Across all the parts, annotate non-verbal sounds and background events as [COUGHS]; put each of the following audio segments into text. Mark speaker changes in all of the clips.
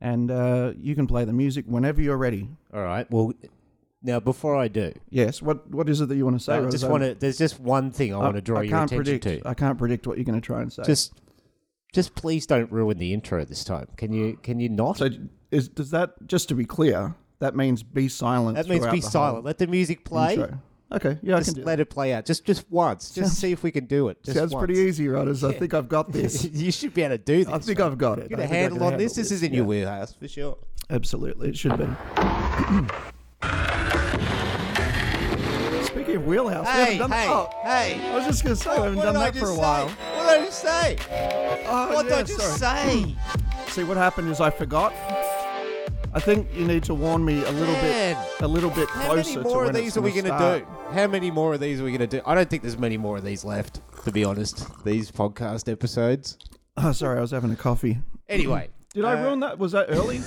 Speaker 1: and uh, you can play the music whenever you're ready.
Speaker 2: All right. Well, now before I do,
Speaker 1: Yes. What What is it that you want to say?
Speaker 2: I just
Speaker 1: Rozo?
Speaker 2: want to. There's just one thing I, want to draw your
Speaker 1: can't
Speaker 2: attention
Speaker 1: predict,
Speaker 2: to.
Speaker 1: I can't predict what you're going to try and say.
Speaker 2: just, just please don't ruin the intro this time. Can you? Can you not?
Speaker 1: so is does that just to be clear? That means be silent.
Speaker 2: that means
Speaker 1: throughout
Speaker 2: be
Speaker 1: the whole
Speaker 2: silent. Let the music play.
Speaker 1: intro. Okay. Yeah, I
Speaker 2: Just
Speaker 1: can do.
Speaker 2: let it play out. Just, just once. Just see if we can do it.
Speaker 1: that.
Speaker 2: Just
Speaker 1: Sounds
Speaker 2: once.
Speaker 1: pretty easy, Rodders. I think I've
Speaker 2: [LAUGHS]
Speaker 1: got this.
Speaker 2: you should be able to do this.
Speaker 1: I think
Speaker 2: right?
Speaker 1: I've got it.
Speaker 2: Get
Speaker 1: I
Speaker 2: a
Speaker 1: think I
Speaker 2: handle
Speaker 1: can
Speaker 2: on
Speaker 1: handle
Speaker 2: this. This is in your wheelhouse for sure.
Speaker 1: Absolutely, it
Speaker 2: [COUGHS]
Speaker 1: should be. Speaking of wheelhouse, we haven't done oh,
Speaker 2: hey.
Speaker 1: I was just going to say we haven't
Speaker 2: What
Speaker 1: done
Speaker 2: did I
Speaker 1: that for
Speaker 2: just
Speaker 1: a
Speaker 2: say?
Speaker 1: while.
Speaker 2: What did I just say?
Speaker 1: Oh,
Speaker 2: What
Speaker 1: yeah,
Speaker 2: did I just
Speaker 1: sorry.
Speaker 2: say?
Speaker 1: See, what happened is I forgot. I think you need to warn me a little
Speaker 2: Man.
Speaker 1: bit, a little bit
Speaker 2: How
Speaker 1: closer. to
Speaker 2: many more
Speaker 1: when
Speaker 2: of
Speaker 1: it's
Speaker 2: these are we
Speaker 1: gonna
Speaker 2: going to do? How many more of these are we going to do? I don't think there's many more of these left, to be honest. These podcast episodes.
Speaker 1: start. [LAUGHS] Oh, sorry, I was having a coffee. [CLEARS THROAT]
Speaker 2: Anyway,
Speaker 1: Did
Speaker 2: Uh,
Speaker 1: I ruin that? Was that
Speaker 2: [LAUGHS]
Speaker 1: early?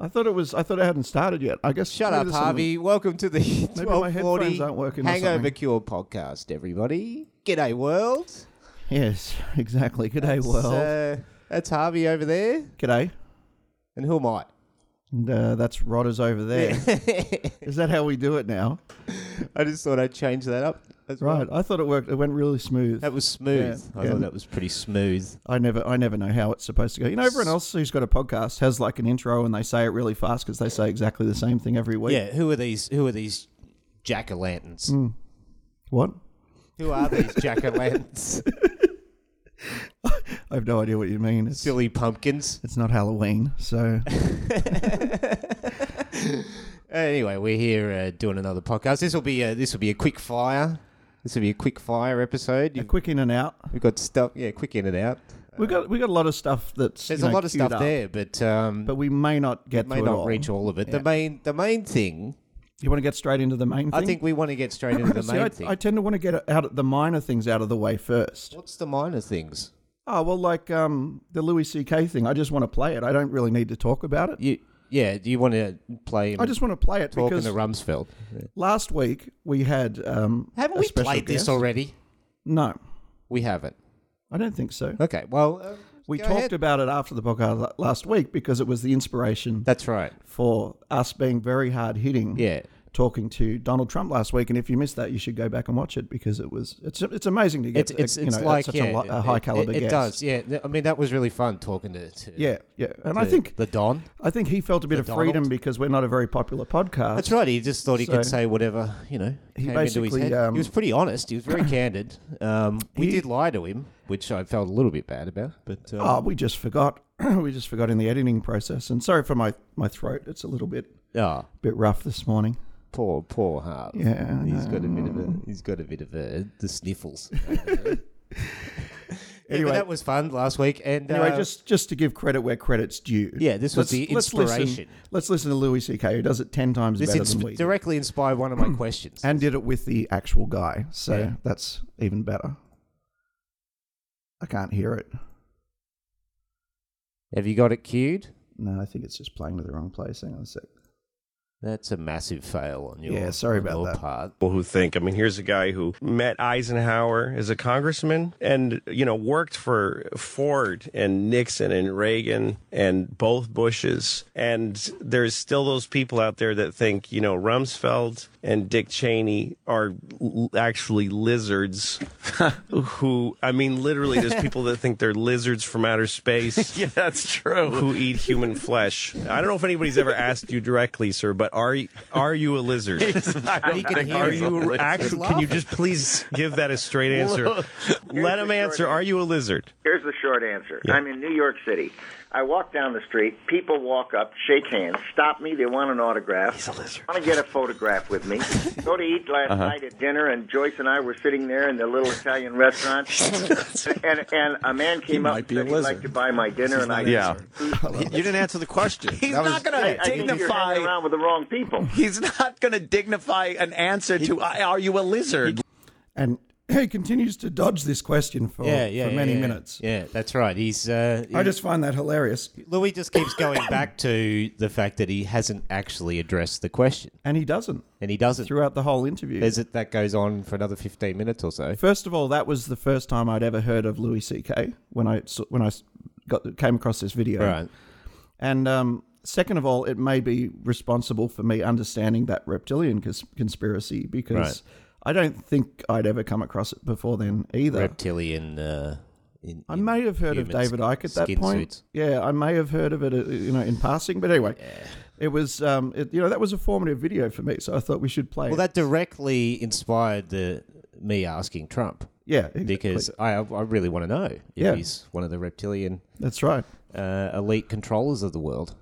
Speaker 1: I thought it was. I thought it hadn't started yet. I guess.
Speaker 2: shut
Speaker 1: maybe
Speaker 2: up,
Speaker 1: there's some-
Speaker 2: Harvey. Welcome to the
Speaker 1: my
Speaker 2: 1240
Speaker 1: headphones aren't working or
Speaker 2: Hangover
Speaker 1: something.
Speaker 2: Cure podcast, everybody. G'day, world.
Speaker 1: Yes, [LAUGHS] exactly. G'day,
Speaker 2: It's,
Speaker 1: world.
Speaker 2: uh, that's Harvey over there.
Speaker 1: G'day.
Speaker 2: And who am I?
Speaker 1: And, uh, that's Rodders over
Speaker 2: [LAUGHS]
Speaker 1: there. Is that how we do it now?
Speaker 2: I just thought I'd change that up. That's
Speaker 1: Right. I thought it worked. It went really smooth.
Speaker 2: That was smooth.
Speaker 1: Yeah,
Speaker 2: I
Speaker 1: yeah.
Speaker 2: thought that was pretty smooth.
Speaker 1: I never, I never know how it's supposed to go. You know, everyone else who's got a podcast has like an intro, and they say it really fast because they say exactly the same thing every week.
Speaker 2: Yeah, who are these? Who are these jack o' lanterns?
Speaker 1: Hmm. What?
Speaker 2: Who
Speaker 1: [LAUGHS]
Speaker 2: are these jack o' lanterns?
Speaker 1: I have no idea what you mean. It's,
Speaker 2: Silly pumpkins.
Speaker 1: it's not Halloween, so
Speaker 2: Anyway, we're here uh, doing another podcast. This will be a, this will be a quick fire. This will be a quick fire episode.
Speaker 1: a
Speaker 2: You've,
Speaker 1: quick in and out.
Speaker 2: we've got stuff. Yeah, quick in and out.
Speaker 1: We got, we got a lot of stuff that's
Speaker 2: There's
Speaker 1: you
Speaker 2: a
Speaker 1: know,
Speaker 2: lot of
Speaker 1: queued
Speaker 2: stuff
Speaker 1: up,
Speaker 2: there, but um,
Speaker 1: but we may not get
Speaker 2: may
Speaker 1: to it
Speaker 2: not
Speaker 1: all.
Speaker 2: reach all of it. The main the main thing.
Speaker 1: You want to get straight into the main thing.
Speaker 2: I think we want to get straight into
Speaker 1: [LAUGHS]
Speaker 2: the
Speaker 1: See,
Speaker 2: main
Speaker 1: I,
Speaker 2: thing.
Speaker 1: I tend to want to get out of the minor things out of the way first.
Speaker 2: What's the minor things?
Speaker 1: Oh well, like um, the Louis C.K. thing. I just want to play it. I don't really need to talk about it.
Speaker 2: You yeah? Do you want to play?
Speaker 1: I just want to play it
Speaker 2: talking
Speaker 1: because
Speaker 2: to Rumsfeld.
Speaker 1: Last week we had. Um,
Speaker 2: Haven't
Speaker 1: a
Speaker 2: we
Speaker 1: special
Speaker 2: played this
Speaker 1: guest.
Speaker 2: already?
Speaker 1: No,
Speaker 2: We haven't.
Speaker 1: I don't think so.
Speaker 2: Okay. Well, uh,
Speaker 1: We
Speaker 2: go
Speaker 1: talked
Speaker 2: ahead.
Speaker 1: about it after the podcast la- last week because it was the inspiration
Speaker 2: That's right.
Speaker 1: for us being very hard hitting.
Speaker 2: Yeah.
Speaker 1: Talking to Donald Trump last week, and if you missed that, you should go back and watch it because it was it's it's amazing to get
Speaker 2: It's it's,
Speaker 1: uh, you
Speaker 2: it's
Speaker 1: know,
Speaker 2: like
Speaker 1: such
Speaker 2: yeah,
Speaker 1: a, li- a high
Speaker 2: it-
Speaker 1: caliber
Speaker 2: It, it
Speaker 1: guest.
Speaker 2: does. Yeah. Th- I mean, that was really fun talking to. to
Speaker 1: yeah, yeah, and I
Speaker 2: the-
Speaker 1: think
Speaker 2: the Don.
Speaker 1: I think he felt a bit of
Speaker 2: Donald.
Speaker 1: freedom because we're not a very popular podcast.
Speaker 2: That's right. He just thought he
Speaker 1: So-
Speaker 2: could say whatever you know
Speaker 1: He
Speaker 2: came into his
Speaker 1: basically,
Speaker 2: head.
Speaker 1: um,
Speaker 2: he was pretty honest. He
Speaker 1: [CLEARS THROAT]
Speaker 2: was very candid. Um, we
Speaker 1: He-
Speaker 2: did lie to him, which I felt a little bit bad about. But um,
Speaker 1: Oh, we just forgot. [CLEARS THROAT] we just forgot in the editing process. And sorry for my my throat. It's a little bit
Speaker 2: ah,
Speaker 1: bit rough this morning.
Speaker 2: poor poor Hart.
Speaker 1: Yeah, Uh, Um, I
Speaker 2: He's got a bit of a. He's got a bit of a
Speaker 1: [LAUGHS]
Speaker 2: the sniffles. anyway,
Speaker 1: Anyway.
Speaker 2: that was fun last week. And
Speaker 1: Anyway,
Speaker 2: uh,
Speaker 1: just just to give credit where credit's due.
Speaker 2: Yeah, this was the
Speaker 1: Let's listen,
Speaker 2: inspiration.
Speaker 1: let's listen to Louis C.K. who does it ten times
Speaker 2: this
Speaker 1: better
Speaker 2: ins-
Speaker 1: than we, do,
Speaker 2: directly inspired one of
Speaker 1: [CLEARS THROAT]
Speaker 2: my questions.
Speaker 1: and did it with the actual guy. So
Speaker 2: Yeah.
Speaker 1: that's even better. I can't hear it.
Speaker 2: Have you got it queued?
Speaker 1: No, I think it's just playing to the wrong place. Hang on a sec.
Speaker 2: That's a massive fail on your
Speaker 1: Yeah, sorry
Speaker 2: on
Speaker 1: about
Speaker 2: your
Speaker 1: that.
Speaker 2: part.
Speaker 3: people who think. I mean, here's a guy who met Eisenhower as a congressman and, you know, worked for Ford and Nixon and Reagan and both Bushes. And there's still those people out there that think, you know, Rumsfeld and Dick Cheney are l- actually lizards who, I mean,
Speaker 4: [LAUGHS]
Speaker 3: literally, there's people that think they're lizards from outer space.
Speaker 4: Yeah, that's true.
Speaker 3: Who eat human flesh? I don't know if anybody's ever asked you directly, sir, but are y- are you
Speaker 4: [LAUGHS]
Speaker 3: a lizard?
Speaker 2: He can hear
Speaker 3: Are
Speaker 2: us.
Speaker 3: you
Speaker 2: He's
Speaker 3: actually? Can you
Speaker 2: laughing.
Speaker 3: just please give that a straight answer? Let him answer. Are you a lizard?
Speaker 5: Here's the short answer. I'm in New York City. I walk down the street. People walk up, shake hands, stop me. They want an autograph. He's a lizard. Want to get a photograph
Speaker 4: [LAUGHS]
Speaker 5: with me? Go to eat last
Speaker 4: Uh-huh.
Speaker 5: night at dinner, and Joyce and I were sitting there in the little Italian
Speaker 4: [LAUGHS]
Speaker 5: restaurant, and and a man came up
Speaker 4: might
Speaker 5: and
Speaker 4: be a
Speaker 5: said he'd
Speaker 4: lizard.
Speaker 5: like to buy my dinner, and I
Speaker 4: Yeah. You didn't answer the question. He's
Speaker 5: I- I think you're hanging around with the wrong people.
Speaker 4: He's not going to dignify an answer to "I- "Are you a lizard?"
Speaker 1: And [CLEARS THROAT] he continues to dodge this question for,
Speaker 2: yeah, yeah,
Speaker 1: for
Speaker 2: yeah,
Speaker 1: many
Speaker 2: yeah.
Speaker 1: minutes.
Speaker 2: Yeah, that's right. He's uh,
Speaker 1: I just find that hilarious.
Speaker 2: Louis just keeps going
Speaker 1: [COUGHS]
Speaker 2: back to the fact that he hasn't actually addressed the question,
Speaker 1: And he doesn't
Speaker 2: and he doesn't.
Speaker 1: throughout the whole interview.
Speaker 2: There's it that goes on for another fifteen minutes or so.
Speaker 1: First of all, that was the first time I'd ever heard of Louis C.K. when I s- when I s- got came across this video,
Speaker 2: Right.
Speaker 1: And um, second of all, it may be responsible for me understanding that reptilian cons- conspiracy because
Speaker 2: Right.
Speaker 1: I don't think I'd ever come across it before then either.
Speaker 2: reptilian. Uh, in,
Speaker 1: I may have heard of
Speaker 2: human
Speaker 1: David Icke at that
Speaker 2: skin
Speaker 1: point.
Speaker 2: suits.
Speaker 1: Yeah, I may have heard of it, uh, you know, in passing. But anyway, it was, um, it, you know, that was a formative video for me, so I thought we should play.
Speaker 2: Well,
Speaker 1: it.
Speaker 2: that directly inspired the me asking Trump
Speaker 1: yeah, exactly.
Speaker 2: because I I really want to know if
Speaker 1: Yeah.
Speaker 2: he's one of the reptilian
Speaker 1: that's right.
Speaker 2: uh, elite controllers of the world.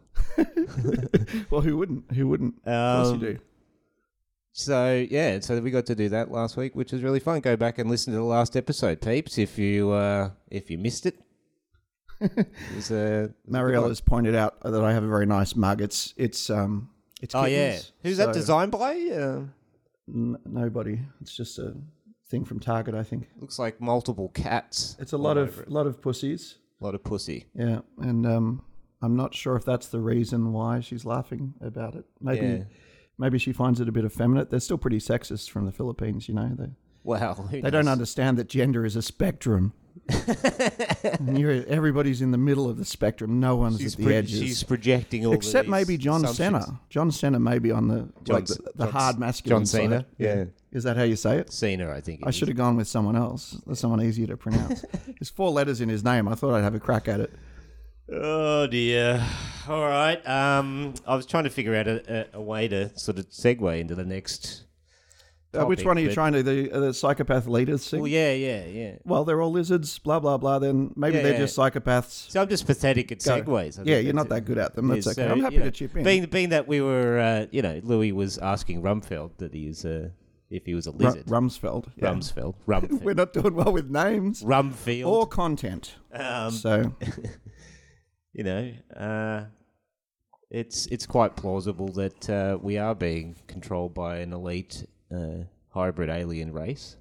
Speaker 1: Well, who wouldn't? Who wouldn't? of
Speaker 2: Um,
Speaker 1: course you do.
Speaker 2: So yeah, so we got to do that last week, which was really fun. Go back and listen to the last episode, peeps, if you uh, if you
Speaker 1: [LAUGHS]
Speaker 2: missed it. It was, uh,
Speaker 1: Mariella's pointed out that I have a very nice mug. It's it's um it's
Speaker 2: oh yeah,
Speaker 1: kittens,
Speaker 2: who's
Speaker 1: so
Speaker 2: that designed by? Uh,
Speaker 1: n- nobody. It's just a thing from Target, I think.
Speaker 2: looks like multiple cats,
Speaker 1: It's a lot of lot of pussies.
Speaker 2: a lot of pussy.
Speaker 1: Yeah, and um, I'm not sure if that's the reason why she's laughing about it. Maybe
Speaker 2: Yeah.
Speaker 1: maybe she finds it a bit effeminate. They're still pretty sexist from the Philippines, you know. They
Speaker 2: Wow, who
Speaker 1: they don't
Speaker 2: knows?
Speaker 1: understand that gender is a
Speaker 2: [LAUGHS]
Speaker 1: spectrum. and you're, everybody's in the middle of the spectrum. No one's
Speaker 2: She's,
Speaker 1: at the
Speaker 2: pro-
Speaker 1: edges.
Speaker 2: she's projecting all
Speaker 1: Except
Speaker 2: these
Speaker 1: maybe John
Speaker 2: assumptions.
Speaker 1: Cena. John Cena may be on the like
Speaker 2: C-
Speaker 1: the, the
Speaker 2: John
Speaker 1: hard
Speaker 2: C-
Speaker 1: masculine
Speaker 2: John Cena,
Speaker 1: side.
Speaker 2: yeah.
Speaker 1: Is that how you say it?
Speaker 2: Cena, I think. it
Speaker 1: I
Speaker 2: is.
Speaker 1: should have gone with someone else. That's someone easier to
Speaker 2: [LAUGHS]
Speaker 1: pronounce. There's four letters in his name. I thought I'd have a crack at it. Uh,
Speaker 2: Oh dear. All right. Um, I was trying to figure out a, a, a way to sort of segue into the next.
Speaker 1: Uh, which
Speaker 2: Topic,
Speaker 1: one are you
Speaker 2: but-
Speaker 1: trying to the, uh, the psychopath leaders thing?
Speaker 2: Well, yeah, yeah, yeah.
Speaker 1: Well, they're all lizards. Blah blah blah. Then maybe
Speaker 2: Yeah,
Speaker 1: they're
Speaker 2: yeah.
Speaker 1: just psychopaths.
Speaker 2: So I'm just pathetic at
Speaker 1: Go.
Speaker 2: segues. I
Speaker 1: Yeah,
Speaker 2: think
Speaker 1: you're not
Speaker 2: that's it.
Speaker 1: that good at them. That's
Speaker 2: Yeah,
Speaker 1: okay.
Speaker 2: so,
Speaker 1: I'm happy
Speaker 2: uh, you know,
Speaker 1: to chip in.
Speaker 2: Being, being that we were, uh, you know, Louis was asking Rumfeld that he is a, if he was a
Speaker 1: Ru-
Speaker 2: lizard.
Speaker 1: Rumsfeld. yeah.
Speaker 2: Rumsfeld.
Speaker 1: [LAUGHS]
Speaker 2: Rumfeld.
Speaker 1: We're not doing well with names
Speaker 2: Rumfield.
Speaker 1: or content.
Speaker 2: Um, [LAUGHS]
Speaker 1: so
Speaker 2: you know, uh, it's it's quite plausible that uh, we are being controlled by an elite uh, hybrid alien race,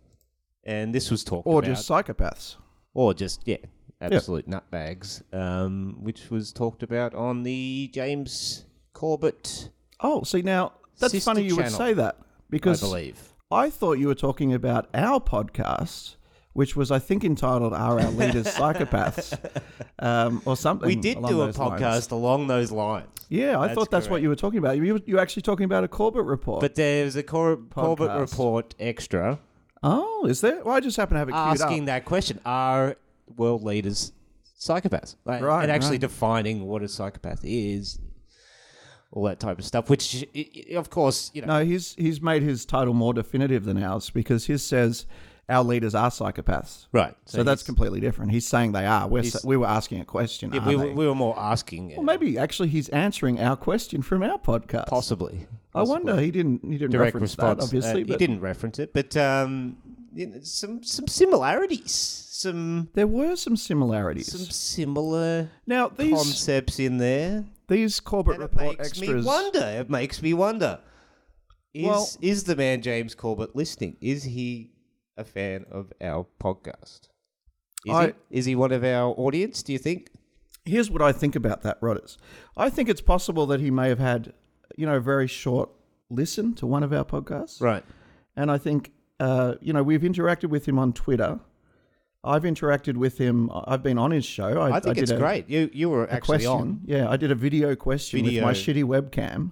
Speaker 2: and this was talked
Speaker 1: or
Speaker 2: about,
Speaker 1: just psychopaths.
Speaker 2: or just yeah, absolute nutbags, um, which was talked about on the James Corbett,
Speaker 1: Oh, see now that's
Speaker 2: Sister
Speaker 1: funny. You would
Speaker 2: channel,
Speaker 1: say that
Speaker 2: I
Speaker 1: because
Speaker 2: believe.
Speaker 1: I thought you were talking about our podcast, which was, I think, entitled "Are Our
Speaker 2: [LAUGHS]
Speaker 1: Leaders Psychopaths?" um, or something.
Speaker 2: We did
Speaker 1: along
Speaker 2: do a
Speaker 1: those lines.
Speaker 2: podcast along those lines.
Speaker 1: Yeah, I
Speaker 2: That's
Speaker 1: thought that's what
Speaker 2: correct.
Speaker 1: you were talking about. You were, you were actually talking about a Corbett report.
Speaker 2: But there was a Cor- Corbett
Speaker 1: Podcast.
Speaker 2: report extra
Speaker 1: oh, is there? Well, I just happen to have it queued
Speaker 2: asking
Speaker 1: up.
Speaker 2: that question: Are world leaders psychopaths? Like,
Speaker 1: Right,
Speaker 2: and actually
Speaker 1: right.
Speaker 2: defining what a psychopath is, all that type of stuff. Which, i- i- of course, you know,
Speaker 1: No, he's he's made his title more definitive than ours because his says our leaders are psychopaths.
Speaker 2: right.
Speaker 1: So, that's completely different. He's saying they are. We're, s- we were asking a question.
Speaker 2: he's-
Speaker 1: are
Speaker 2: we,
Speaker 1: they?
Speaker 2: were- we were more asking, uh,
Speaker 1: Well, maybe actually he's answering our question from our podcast.
Speaker 2: possibly.
Speaker 1: I wonder he didn't he didn't
Speaker 2: Direct
Speaker 1: reference
Speaker 2: response.
Speaker 1: that obviously,
Speaker 2: Uh, he
Speaker 1: but
Speaker 2: didn't reference it, but um, you know, some some similarities, some
Speaker 1: there were some similarities.
Speaker 2: some similar
Speaker 1: now these
Speaker 2: concepts in there.
Speaker 1: these Corbett
Speaker 2: And it
Speaker 1: report
Speaker 2: makes
Speaker 1: extras.
Speaker 2: me wonder. It makes me wonder. Is
Speaker 1: Well-
Speaker 2: is the man James Corbett listening? Is he a fan of our podcast? Is,
Speaker 1: I-
Speaker 2: he, is he one of our audience? Do you think?
Speaker 1: Here's what I think about that, Rodders. I think it's possible that he may have had, you know, a very short listen to one of our podcasts.
Speaker 2: Right.
Speaker 1: And I think, uh, you know, we've interacted with him on Twitter. I've interacted with him. I've been on his show. I,
Speaker 2: I think
Speaker 1: did
Speaker 2: it's
Speaker 1: a-
Speaker 2: great. You you were
Speaker 1: a
Speaker 2: actually
Speaker 1: question.
Speaker 2: on.
Speaker 1: Yeah, I did a video question with
Speaker 2: Video.
Speaker 1: my shitty webcam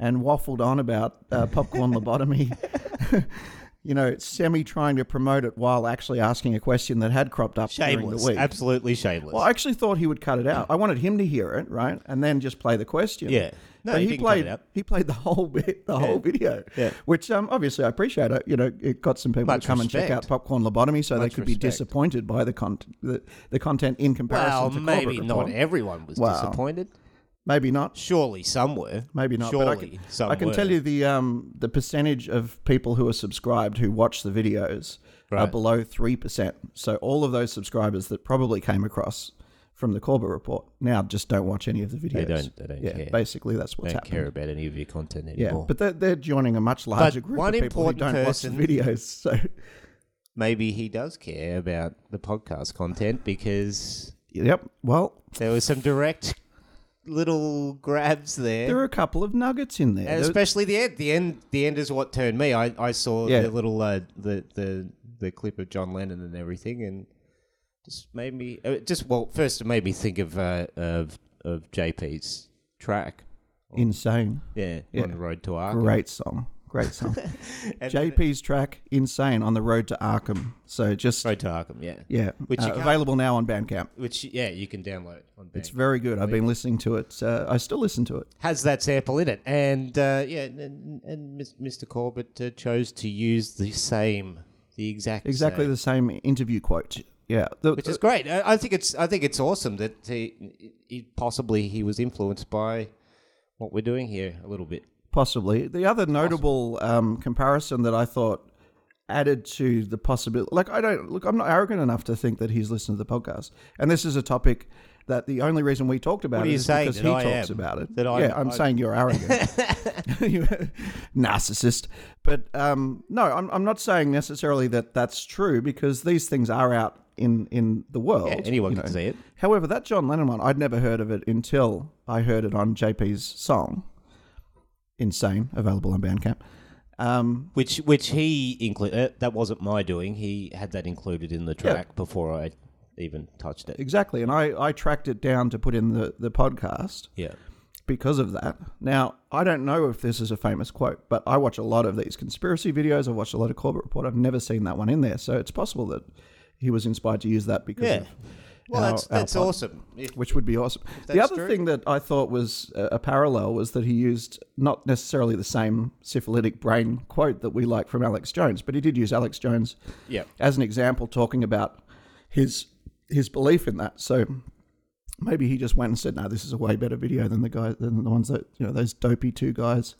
Speaker 1: and waffled on about uh, popcorn lobotomy. [LAUGHS] you know, semi trying to promote it while actually asking a question that had cropped up during
Speaker 2: Shameless.
Speaker 1: the week.
Speaker 2: Absolutely shameless.
Speaker 1: Well, I actually thought he would cut it out. I wanted him to hear it, right, and then just play the question.
Speaker 2: Yeah. No,
Speaker 1: but
Speaker 2: he
Speaker 1: he,
Speaker 2: didn't cut
Speaker 1: played.
Speaker 2: it out.
Speaker 1: He played the whole bit, the whole video.
Speaker 2: Yeah.
Speaker 1: Which, um, obviously, I appreciate it. You know, it got some people
Speaker 2: Much
Speaker 1: to come and check
Speaker 2: respect.
Speaker 1: out Popcorn Lobotomy, so they
Speaker 2: Much
Speaker 1: could be
Speaker 2: respect.
Speaker 1: disappointed by the con- the, the content in comparison
Speaker 2: well,
Speaker 1: to
Speaker 2: maybe
Speaker 1: Corbett
Speaker 2: not
Speaker 1: Report.
Speaker 2: everyone was
Speaker 1: Wow.
Speaker 2: disappointed.
Speaker 1: Maybe not.
Speaker 2: Surely some were.
Speaker 1: Maybe not.
Speaker 2: Surely
Speaker 1: but I can,
Speaker 2: some
Speaker 1: I can
Speaker 2: were.
Speaker 1: tell you the um the percentage of people who are subscribed who watch the videos are
Speaker 2: Right.
Speaker 1: below three percent. So all of those subscribers that probably came across from the Corbett report now just don't watch any of the videos.
Speaker 2: They don't. They don't
Speaker 1: yeah,
Speaker 2: care.
Speaker 1: basically that's what's
Speaker 2: They don't
Speaker 1: happening.
Speaker 2: care about any of your content
Speaker 1: Yeah,
Speaker 2: anymore.
Speaker 1: but they're, they're joining a much larger group
Speaker 2: one
Speaker 1: of people who
Speaker 2: important
Speaker 1: don't watch
Speaker 2: person-
Speaker 1: the videos. [LAUGHS] So
Speaker 2: maybe he does care about the podcast content because
Speaker 1: yep. Well,
Speaker 2: There were some direct little grabs there.
Speaker 1: there are a couple of nuggets in there.
Speaker 2: and
Speaker 1: There-
Speaker 2: especially the end. The end. The end is what turned me. I, I saw
Speaker 1: Yeah.
Speaker 2: the little uh, the the the clip of John Lennon and everything, and just made me uh, just well. First, it made me think of uh, of of JP's track.
Speaker 1: Insane.
Speaker 2: Yeah,
Speaker 1: Yeah.
Speaker 2: on the road to Arkham.
Speaker 1: Great song. Great
Speaker 2: [LAUGHS]
Speaker 1: song. JP's track, Insane, on the road to Arkham. So just,
Speaker 2: Road to Arkham. Yeah.
Speaker 1: yeah,
Speaker 2: Which
Speaker 1: uh,
Speaker 2: you can't-
Speaker 1: available now on Bandcamp.
Speaker 2: Which yeah, you can download on.
Speaker 1: It's
Speaker 2: Bandcamp.
Speaker 1: very good. I've been listening to it. Uh, I still listen to it.
Speaker 2: has that sample in it, and uh, yeah, and, and Mis- Mr. Corbett uh, chose to use the same, the exact,
Speaker 1: Exactly
Speaker 2: same,
Speaker 1: the same interview quote. Yeah. The-
Speaker 2: which is great. I, I think it's I think it's awesome that he, he possibly he was influenced by what we're doing here a little bit.
Speaker 1: Possibly. The other notable um, comparison that I thought added to the possibility, like, I don't, look, I'm not arrogant enough to think that he's listened to the podcast. And this is a topic that the only reason we talked about
Speaker 2: What are
Speaker 1: it
Speaker 2: you
Speaker 1: is
Speaker 2: saying?
Speaker 1: because
Speaker 2: That
Speaker 1: he
Speaker 2: I
Speaker 1: talks
Speaker 2: am?
Speaker 1: about it.
Speaker 2: That I-
Speaker 1: yeah, I'm
Speaker 2: I-
Speaker 1: saying you're
Speaker 2: [LAUGHS]
Speaker 1: arrogant. You- [LAUGHS] narcissist. But um, no, I'm, I'm not saying necessarily that that's true because these things are out in, in the world.
Speaker 2: Yeah, anyone
Speaker 1: you
Speaker 2: can
Speaker 1: know.
Speaker 2: see it.
Speaker 1: However, that John Lennon one, I'd never heard of it until I heard it on JP's song, Insane, available on Bandcamp. Um,
Speaker 2: Which which he included. Uh, that wasn't my doing. He had that included in the track before I even touched it.
Speaker 1: exactly. And I, I tracked it down to put in the, the podcast
Speaker 2: Yeah.
Speaker 1: because of that. Now, I don't know if this is a famous quote, but I watch a lot of these conspiracy videos. I've watched a lot of Corbett Report. I've never seen that one in there. So it's possible that he was inspired to use that because
Speaker 2: Yeah.
Speaker 1: of
Speaker 2: Well,
Speaker 1: our-
Speaker 2: that's
Speaker 1: our
Speaker 2: that's
Speaker 1: pod-
Speaker 2: awesome. If-
Speaker 1: which would be awesome. The
Speaker 2: that's
Speaker 1: other
Speaker 2: true.
Speaker 1: thing that I thought was a a parallel was that he used not necessarily the same syphilitic brain quote that we like from Alex Jones, but he did use Alex Jones
Speaker 2: Yeah.
Speaker 1: as an example, talking about his his belief in that. So maybe he just went and said, "No, this is a way better video than the guy than the ones that you know those dopey two guys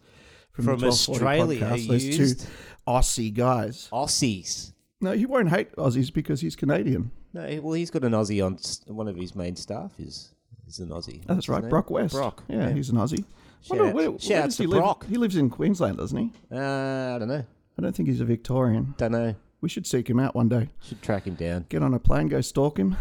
Speaker 1: from, the
Speaker 2: From
Speaker 1: 1240
Speaker 2: Australia
Speaker 1: podcast, those
Speaker 2: used-
Speaker 1: two Aussie guys."
Speaker 2: Aussies.
Speaker 1: No, he won't hate Aussies because he's Canadian.
Speaker 2: No, he- well, he's got an Aussie on s- one of his main staff. Is is an Aussie? What's
Speaker 1: That's
Speaker 2: his
Speaker 1: right,
Speaker 2: name?
Speaker 1: Brock West.
Speaker 2: Brock.
Speaker 1: yeah,
Speaker 2: yeah.
Speaker 1: he's an Aussie.
Speaker 2: Shout out-
Speaker 1: where-
Speaker 2: shout
Speaker 1: where
Speaker 2: out
Speaker 1: does
Speaker 2: to
Speaker 1: he live?
Speaker 2: Brock.
Speaker 1: He lives in Queensland, doesn't he?
Speaker 2: Uh, I don't know.
Speaker 1: I don't think he's a Victorian.
Speaker 2: Don't know.
Speaker 1: We should seek him out one day.
Speaker 2: Should track him down.
Speaker 1: Get on a plane, go stalk him.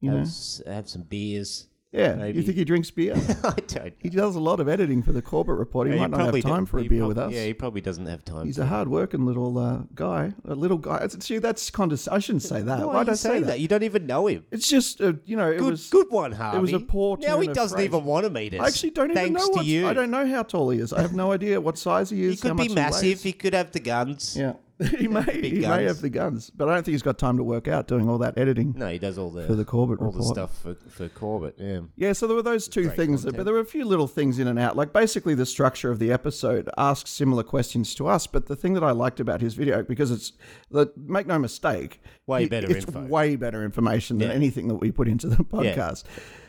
Speaker 1: You
Speaker 2: Have,
Speaker 1: know?
Speaker 2: s- have some beers. [LAUGHS]
Speaker 1: Yeah.
Speaker 2: maybe.
Speaker 1: You think he drinks
Speaker 2: [LAUGHS]
Speaker 1: beer?
Speaker 2: I don't.
Speaker 1: he does a lot of editing for the Corbett Report. He
Speaker 2: Yeah,
Speaker 1: might not have
Speaker 2: probably
Speaker 1: time
Speaker 2: do-
Speaker 1: for a
Speaker 2: he
Speaker 1: beer
Speaker 2: prob-
Speaker 1: with us.
Speaker 2: Yeah, he probably doesn't have time.
Speaker 1: He's a hard-working little uh, guy, a little guy. It's- See, that's condescending. I shouldn't say that. Why
Speaker 2: you
Speaker 1: would I say that?
Speaker 2: You don't even know him.
Speaker 1: It's just, uh, you know, it
Speaker 2: Good,
Speaker 1: was
Speaker 2: good one, Harvey.
Speaker 1: It was a poor.
Speaker 2: Now
Speaker 1: turn
Speaker 2: he
Speaker 1: of
Speaker 2: doesn't
Speaker 1: phrase.
Speaker 2: even want to meet us.
Speaker 1: I actually don't
Speaker 2: Thanks
Speaker 1: even know.
Speaker 2: to
Speaker 1: what's-
Speaker 2: you.
Speaker 1: I don't know how tall he is. I have no idea what size he is.
Speaker 2: He
Speaker 1: how
Speaker 2: could
Speaker 1: much
Speaker 2: be massive.
Speaker 1: weighs.
Speaker 2: He could have
Speaker 1: [LAUGHS]
Speaker 2: the guns.
Speaker 1: Yeah, he may he may
Speaker 2: guns.
Speaker 1: have the guns, but I don't think he's got time to work out doing all that editing.
Speaker 2: No, he does all the
Speaker 1: For the Corbett
Speaker 2: all the
Speaker 1: report.
Speaker 2: stuff for, for Corbett. Yeah.
Speaker 1: Yeah, so there were those two things, that, but there were a few little things in and out. Like basically, the structure of the episode asks similar questions to us, but the thing that I liked about his video because it's look, make no mistake,
Speaker 2: Way
Speaker 1: he-
Speaker 2: better
Speaker 1: it's
Speaker 2: info.
Speaker 1: way better information than
Speaker 2: Yeah.
Speaker 1: anything that we put into the podcast.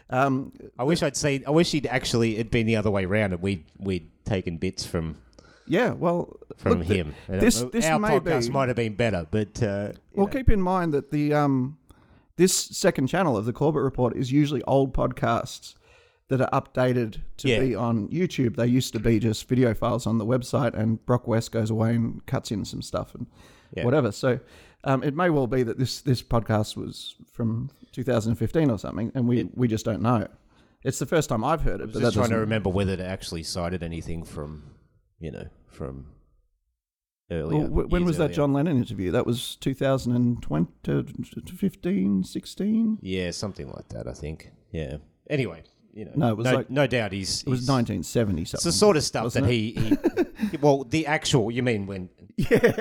Speaker 1: Um,
Speaker 2: I wish I'd seen. I wish he'd actually it'd been the other way round, and we would we'd taken bits from
Speaker 1: yeah, well,
Speaker 2: from
Speaker 1: look, th-
Speaker 2: him. And
Speaker 1: this
Speaker 2: our-
Speaker 1: this
Speaker 2: our
Speaker 1: may
Speaker 2: podcast
Speaker 1: be,
Speaker 2: might have been better, but uh,
Speaker 1: Well, keep in mind that the um, this second channel of the Corbett Report is usually old podcasts that are updated to
Speaker 2: Yeah.
Speaker 1: be on YouTube. They used to be just video files on the website, and Brock West goes away and cuts in some stuff and whatever. So um, it may well be that this this podcast was from 2015 or something, and we we just don't know. It's the first time I've heard it, but
Speaker 2: I'm
Speaker 1: that's
Speaker 2: just trying to remember whether it actually cited anything from you know from earlier.
Speaker 1: when
Speaker 2: years
Speaker 1: was that
Speaker 2: earlier.
Speaker 1: John Lennon interview? That was 2020, 15, 16?
Speaker 2: Yeah, something like that. I think. Yeah. Anyway, you know,
Speaker 1: No, it was like-
Speaker 2: no doubt he's.
Speaker 1: It was 1970 something.
Speaker 2: It's the sort of stuff that
Speaker 1: wasn't
Speaker 2: he,
Speaker 1: [LAUGHS]
Speaker 2: he. Well, the actual. You mean when? Yeah.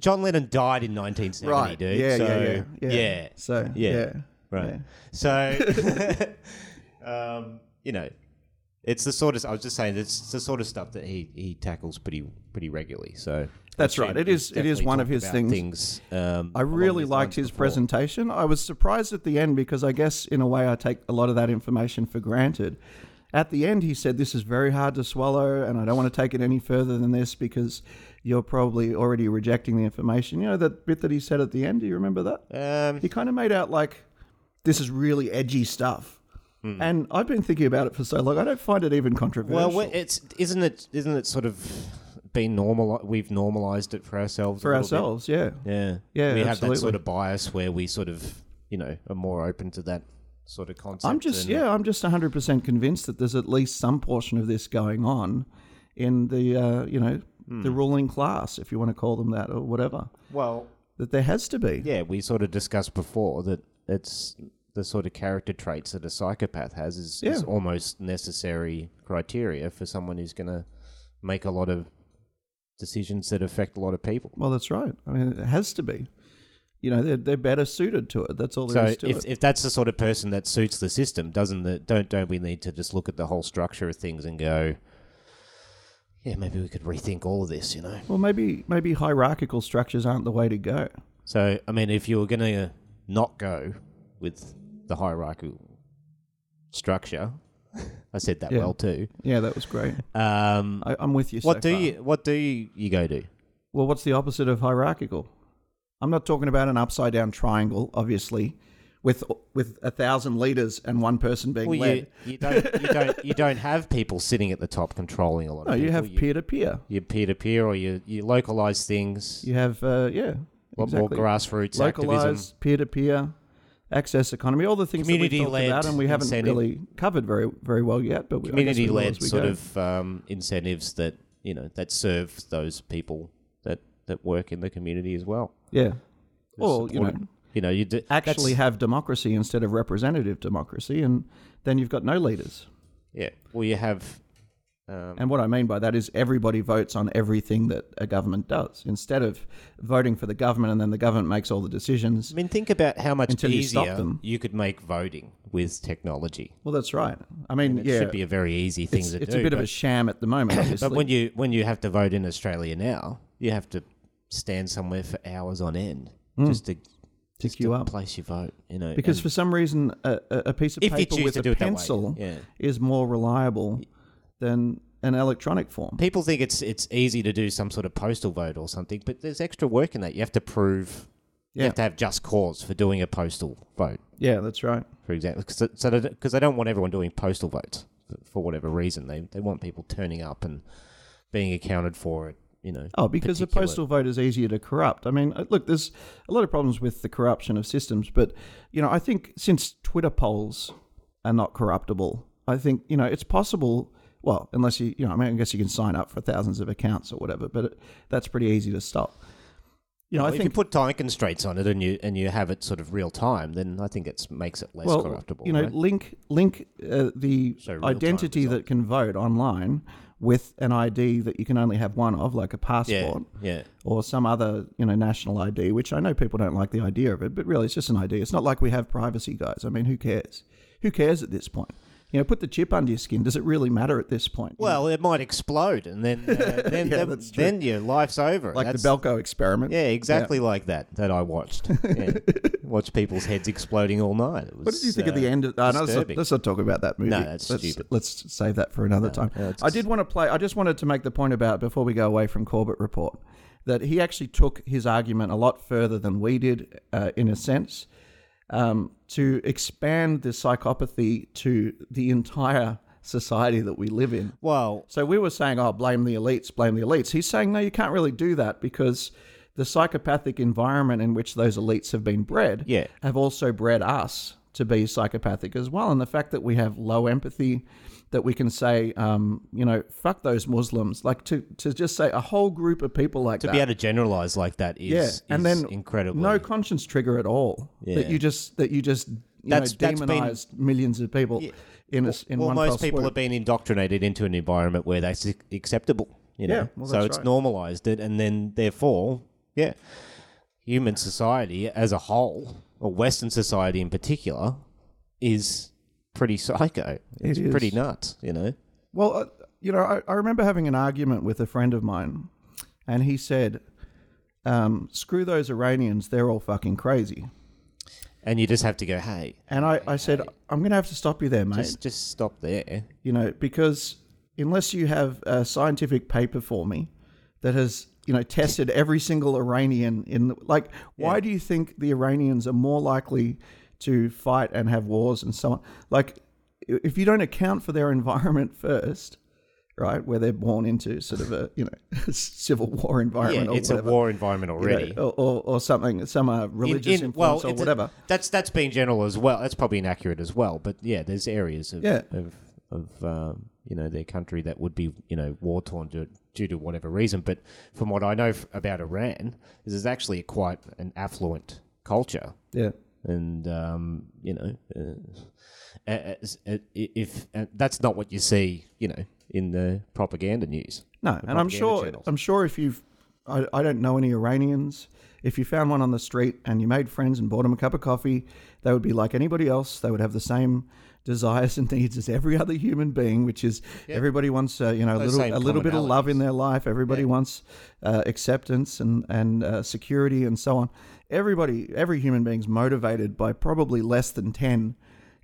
Speaker 2: John Lennon died in 1970,
Speaker 1: Right.
Speaker 2: dude.
Speaker 1: Yeah,
Speaker 2: so,
Speaker 1: yeah, yeah, yeah.
Speaker 2: yeah.
Speaker 1: So yeah,
Speaker 2: Yeah. Right.
Speaker 1: [LAUGHS]
Speaker 2: So, [LAUGHS] um, you know, it's the sort of I was just saying it's the sort of stuff that he, he tackles pretty pretty regularly. So
Speaker 1: That's right. It is-
Speaker 2: He's
Speaker 1: it is
Speaker 2: definitely
Speaker 1: one of
Speaker 2: talked
Speaker 1: his
Speaker 2: about
Speaker 1: things.
Speaker 2: things um,
Speaker 1: I
Speaker 2: along
Speaker 1: really
Speaker 2: these
Speaker 1: liked
Speaker 2: lines
Speaker 1: his
Speaker 2: before.
Speaker 1: presentation. I was surprised at the end because I guess in a way I take a lot of that information for granted. At the end, he said, "This is very hard to swallow, and I don't want to take it any further than this because you're probably already rejecting the information." You know that bit that he said at the end. Do you remember that?
Speaker 2: Um,
Speaker 1: he kind of made out like this is really edgy stuff, and I've been thinking about it for so long. I don't find it even controversial.
Speaker 2: Hmm. well, we- it's isn't it isn't it sort of been normal? We've normalized it for ourselves.
Speaker 1: for
Speaker 2: a little bit?
Speaker 1: ourselves, yeah.
Speaker 2: Yeah.
Speaker 1: Yeah,
Speaker 2: We have
Speaker 1: absolutely.
Speaker 2: that sort of bias where we sort of, you know, are more open to that sort of concept.
Speaker 1: I'm just
Speaker 2: and-
Speaker 1: yeah, I'm just 100% convinced that there's at least some portion of this going on in the uh, you know
Speaker 2: Hmm.
Speaker 1: the ruling class, if you want to call them that or whatever.
Speaker 2: Well,
Speaker 1: That there has to be.
Speaker 2: yeah, we sort of discussed before that it's the sort of character traits that a psychopath has is, is
Speaker 1: Yeah.
Speaker 2: almost necessary criteria for someone who's going to make a lot of decisions that affect a lot of people.
Speaker 1: Well, that's right. I mean, it has to be. You know, they're, they're better suited to it. That's all there
Speaker 2: So
Speaker 1: is to
Speaker 2: if,
Speaker 1: it.
Speaker 2: if that's the sort of person that suits the system, doesn't the don't don't we need to just look at the whole structure of things and go, yeah, maybe we could rethink all of this, you know?
Speaker 1: well, maybe maybe hierarchical structures aren't the way to go.
Speaker 2: So I mean, if you were gonna not go with the hierarchical structure, I said that
Speaker 1: Yeah.
Speaker 2: well too.
Speaker 1: Yeah, that was
Speaker 2: [LAUGHS]
Speaker 1: great.
Speaker 2: Um,
Speaker 1: I, I'm with you. so
Speaker 2: what do
Speaker 1: far.
Speaker 2: you what do you, you go do?
Speaker 1: Well, what's the opposite of hierarchical? I'm not talking about an upside down triangle, obviously, with with a thousand leaders and one person being
Speaker 2: Well,
Speaker 1: led.
Speaker 2: you, you don't you don't you don't have people sitting at the top controlling a lot.
Speaker 1: no, Oh,
Speaker 2: of
Speaker 1: you
Speaker 2: people.
Speaker 1: have
Speaker 2: you,
Speaker 1: peer to peer.
Speaker 2: you peer to peer, or you you localize things.
Speaker 1: You have uh, yeah,
Speaker 2: What more
Speaker 1: exactly.
Speaker 2: grassroots activism?
Speaker 1: localized peer to peer access economy, all the things that we talked
Speaker 2: Community-led
Speaker 1: about and we haven't
Speaker 2: incentive.
Speaker 1: really covered very very well yet. But we, I guess we will as
Speaker 2: community led
Speaker 1: we
Speaker 2: sort
Speaker 1: go.
Speaker 2: of um, incentives that you know that serve those people that that work in the community as well.
Speaker 1: yeah, or you know.
Speaker 2: You know, you do,
Speaker 1: Actually,
Speaker 2: that's-
Speaker 1: have democracy instead of representative democracy, and then you've got no leaders.
Speaker 2: yeah. Well, you have um,
Speaker 1: And what I mean by that is everybody votes on everything that a government does instead of voting for the government and then the government makes all the decisions.
Speaker 2: I mean, think about how much
Speaker 1: Until you stop
Speaker 2: easier
Speaker 1: them.
Speaker 2: you could make voting with technology.
Speaker 1: Well, that's right. I mean,
Speaker 2: It
Speaker 1: yeah,
Speaker 2: should be a very easy thing
Speaker 1: it's,
Speaker 2: to
Speaker 1: it's
Speaker 2: do.
Speaker 1: a bit
Speaker 2: but,
Speaker 1: of a sham at the moment, obviously.
Speaker 2: [COUGHS] but when you when you have to vote in Australia now, you have to stand somewhere for hours on end just to just
Speaker 1: queue
Speaker 2: to
Speaker 1: Hmm. up.
Speaker 2: place your vote. You know,
Speaker 1: because
Speaker 2: and-
Speaker 1: for some reason, a, a a piece of
Speaker 2: If you
Speaker 1: paper
Speaker 2: choose
Speaker 1: with
Speaker 2: to
Speaker 1: a
Speaker 2: do it that way,
Speaker 1: pencil
Speaker 2: yeah.
Speaker 1: is more reliable than an electronic form.
Speaker 2: people think it's it's easy to do some sort of postal vote or something, but there's extra work in that. You have to prove you
Speaker 1: Yeah.
Speaker 2: have to have just cause for doing a postal vote,
Speaker 1: Yeah, that's right.
Speaker 2: for example. Because so because they don't want everyone doing postal votes for- for whatever reason. They they want people turning up and being accounted for. At, you know.
Speaker 1: Oh, because the
Speaker 2: particular-
Speaker 1: postal vote is easier to corrupt. I mean, uh, look, there's a lot of problems with the corruption of systems, but you know, I think since Twitter polls are not corruptible, I think you know it's possible. Well, unless you, you know, I mean, I guess you can sign up for thousands of accounts or whatever, but it, that's pretty easy to stop. You know, I
Speaker 2: Well, if
Speaker 1: think
Speaker 2: you put time constraints on it and you and you have it sort of real time, then I think it makes it less corruptible.
Speaker 1: You know,
Speaker 2: right?
Speaker 1: link link uh, the
Speaker 2: So real-time
Speaker 1: identity that can vote online with an ID that you can only have one of, like a
Speaker 2: yeah,
Speaker 1: passport
Speaker 2: yeah.
Speaker 1: or some other you know national ID. Which I know people don't like the idea of it, but really it's just an ID. It's not like we have privacy, guys. I mean, who cares? Who cares at this point? You know, put the chip under your skin. Does it really matter at this point?
Speaker 2: Well, it might explode, and then
Speaker 1: [LAUGHS]
Speaker 2: uh, then
Speaker 1: Yeah,
Speaker 2: then,
Speaker 1: that's true.
Speaker 2: then your life's over.
Speaker 1: like
Speaker 2: That's-
Speaker 1: the Belko experiment.
Speaker 2: Yeah, exactly like that that I watched.
Speaker 1: [LAUGHS]
Speaker 2: Yeah. Watched people's heads exploding all night. It was, uh,
Speaker 1: What did you think at the end? Of, oh, no, let's, not,
Speaker 2: disturbing.
Speaker 1: let's not talk about that movie.
Speaker 2: No, that's
Speaker 1: let's,
Speaker 2: stupid.
Speaker 1: Let's save that for another time. I did want to play. I just wanted to make the point about before we go away from Corbett report that he actually took his argument a lot further than we did, uh, in a sense, um, to expand the psychopathy to the entire society that we live in.
Speaker 2: Well,
Speaker 1: So we were saying, oh, blame the elites, blame the elites. He's saying, no, you can't really do that because the psychopathic environment in which those elites have been bred
Speaker 2: Yeah.
Speaker 1: have also bred us to be psychopathic as well. And the fact that we have low empathy, that we can say, um, you know, fuck those Muslims, like to, to just say a whole group of people like
Speaker 2: to
Speaker 1: that.
Speaker 2: be able to generalize like that is,
Speaker 1: yeah, and
Speaker 2: is
Speaker 1: then
Speaker 2: incredibly
Speaker 1: no conscience trigger at all. That
Speaker 2: Yeah.
Speaker 1: you just that you just you
Speaker 2: That's-
Speaker 1: know,
Speaker 2: that's been-
Speaker 1: demonized millions of people in a, s- in
Speaker 2: well,
Speaker 1: one fell
Speaker 2: most people
Speaker 1: swoop.
Speaker 2: have been indoctrinated into an environment where that's ac- acceptable. You know?
Speaker 1: Yeah, well,
Speaker 2: so
Speaker 1: that's
Speaker 2: it's
Speaker 1: right.
Speaker 2: normalized it, and then therefore, yeah, human society as a whole, or Western society in particular, is pretty psycho. It's
Speaker 1: is.
Speaker 2: pretty nuts. You know.
Speaker 1: Well, uh, you know, I, I remember having an argument with a friend of mine, and he said, um, "Screw those Iranians; they're all fucking crazy."
Speaker 2: And you just have to go, hey,
Speaker 1: And I, I said, "I'm going to have to stop you there, mate.
Speaker 2: just just stop there.
Speaker 1: you know, because unless you have a scientific paper for me that has." You know, tested every single Iranian in the, like. Why do you think the Iranians are more likely to fight and have wars and so on? Like, i- if you don't account for their [LAUGHS] environment first, right, where they're born into sort of a you know [LAUGHS] civil war environment
Speaker 2: Yeah,
Speaker 1: or
Speaker 2: it's
Speaker 1: whatever,
Speaker 2: a war environment
Speaker 1: you know,
Speaker 2: already.
Speaker 1: or, or or something, some uh,
Speaker 2: In-
Speaker 1: religious
Speaker 2: in-
Speaker 1: influence or
Speaker 2: it's a-
Speaker 1: whatever.
Speaker 2: that's that's being general as well. That's probably inaccurate as well. But yeah, there's areas of
Speaker 1: Yeah.
Speaker 2: of, of um, you know their country that would be you know war torn due, due to whatever reason. But from what I know f- about Iran, is it's actually quite an affluent culture.
Speaker 1: yeah,
Speaker 2: and um, you know, uh, as- uh, if uh, that's not what you see, you know, in the propaganda news.
Speaker 1: No,
Speaker 2: the
Speaker 1: and I'm
Speaker 2: propaganda
Speaker 1: sure
Speaker 2: channels.
Speaker 1: I'm sure if you've I, I don't know any Iranians. If you found one on the street and you made friends and bought them a cup of coffee, they would be like anybody else. They would have the same desires and needs as every other human being, which is everybody wants uh, you know a
Speaker 2: Those
Speaker 1: little
Speaker 2: same
Speaker 1: a little bit of love in their life. Everybody wants uh, acceptance and and uh, security and so on. Everybody, every human being's motivated by probably less than ten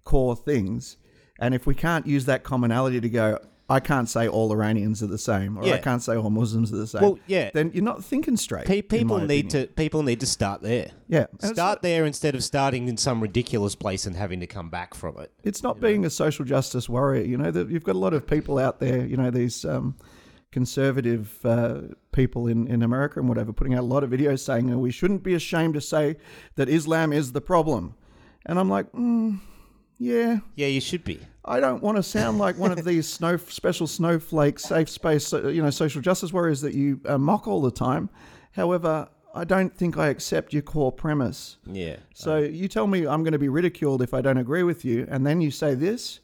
Speaker 1: core things. And if we can't use that commonality to go, I can't say all Iranians are the same, or I
Speaker 2: Yeah.
Speaker 1: can't say all Muslims are the same.
Speaker 2: Well, yeah.
Speaker 1: Then you're not thinking straight.
Speaker 2: Pe- people need to people need to start there.
Speaker 1: Yeah. And it's
Speaker 2: start there instead of starting in some ridiculous place and having to come back from it.
Speaker 1: It's not being a social justice warrior. You know, that you've got a lot of people out there. You know, these um, conservative uh, people in in America and whatever, putting out a lot of videos saying "Oh, we shouldn't be ashamed to say that Islam is the problem. And I'm like, mm, yeah,
Speaker 2: Yeah, you should be.
Speaker 1: I don't want to sound like one of these snow special snowflake safe space, uh, you know, social justice warriors that you uh, mock all the time. However, I don't think I accept your core premise.
Speaker 2: Yeah.
Speaker 1: So you tell me I'm going to be ridiculed if I don't agree with you, and then you say this,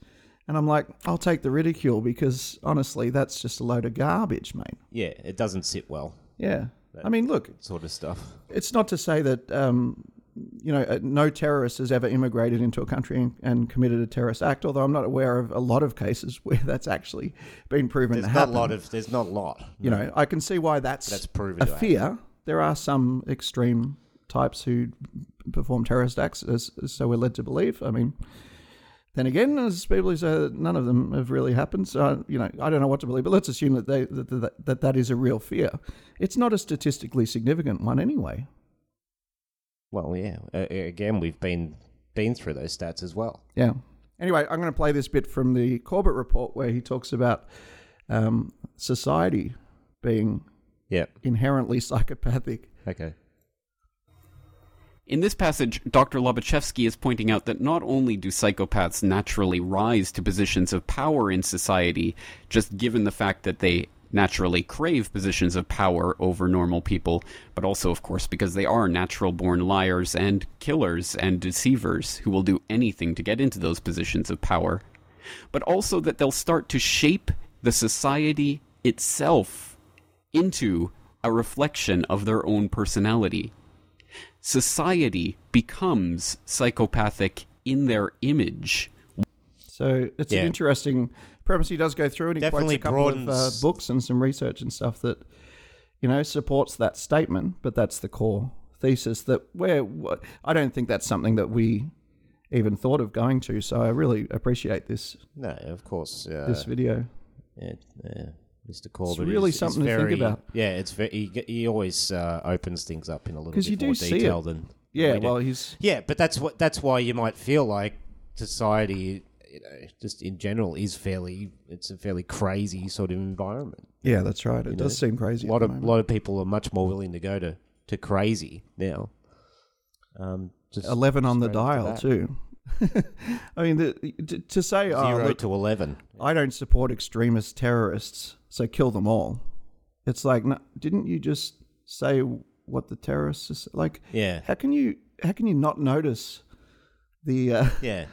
Speaker 1: and I'm like, I'll take the ridicule because honestly, that's just a load of garbage, mate.
Speaker 2: Yeah, it doesn't sit well,
Speaker 1: Yeah. I mean, look,
Speaker 2: sort of stuff.
Speaker 1: it's not to say that um, you know uh, no terrorist has ever immigrated into a country and, and committed a terrorist act. Although I'm not aware of a lot of cases [LAUGHS] where that's actually been proven
Speaker 2: There's
Speaker 1: to
Speaker 2: not
Speaker 1: happen.
Speaker 2: a lot of there's not a lot.
Speaker 1: you know, I can see why that's
Speaker 2: That's proven
Speaker 1: a
Speaker 2: to happen.
Speaker 1: fear. There are some extreme types who perform terrorist acts, as, as so we're led to believe. I mean. Then again, as people who say that none of them have really happened, so uh, you know I don't know what to believe. But let's assume that they, that, that that that is a real fear. It's not a statistically significant one anyway.
Speaker 2: Well, yeah. Uh, again, we've been been through those stats as well.
Speaker 1: Yeah. Anyway, I'm going to play this bit from the Corbett report where he talks about um, society being
Speaker 2: Yeah.
Speaker 1: inherently [LAUGHS] psychopathic.
Speaker 2: Okay.
Speaker 6: In this passage, Dr. Lobachevsky is pointing out that not only do psychopaths naturally rise to positions of power in society, just given the fact that they naturally crave positions of power over normal people, but also, of course, because they are natural born liars and killers and deceivers who will do anything to get into those positions of power, but also that they'll start to shape the society itself into a reflection of their own personality society becomes psychopathic in their image.
Speaker 1: So it's
Speaker 2: Yeah.
Speaker 1: an interesting premise. He does go through and he quotes a
Speaker 2: Definitely
Speaker 1: couple of
Speaker 2: broadens-
Speaker 1: uh, books and some research and stuff that you know supports that statement. But that's the core thesis that we're. wh- I don't think that's something that we even thought of going to. So I really appreciate this
Speaker 2: No, of course. Uh,
Speaker 1: this video.
Speaker 2: yeah, yeah, Mr. Corbett. is-
Speaker 1: really
Speaker 2: is
Speaker 1: something to think
Speaker 2: very-
Speaker 1: about.
Speaker 2: Yeah, it's very. He, g- he always uh, opens things up in a little
Speaker 1: 'Cause
Speaker 2: bit
Speaker 1: you do
Speaker 2: more
Speaker 1: see it.
Speaker 2: detail than
Speaker 1: Yeah.
Speaker 2: we do.
Speaker 1: Well, he's
Speaker 2: Yeah, but that's what that's why you might feel like society, you know, just in general, is fairly it's a fairly crazy sort of environment.
Speaker 1: yeah. That's right. It does seem crazy.
Speaker 2: A
Speaker 1: at
Speaker 2: lot
Speaker 1: the
Speaker 2: of
Speaker 1: moment.
Speaker 2: lot of people are much more willing to go to to crazy now. Um, just
Speaker 1: 11 on the
Speaker 2: straight
Speaker 1: dial
Speaker 2: off the
Speaker 1: too [LAUGHS] i mean the, to, to say
Speaker 2: bat.
Speaker 1: oh,
Speaker 2: zero
Speaker 1: look,
Speaker 2: to eleven.
Speaker 1: i don't support extremist terrorists so kill them all it's like no, didn't you just say what the terrorists is like
Speaker 2: Yeah.
Speaker 1: how can you how can you not notice the uh, [LAUGHS]
Speaker 2: Yeah,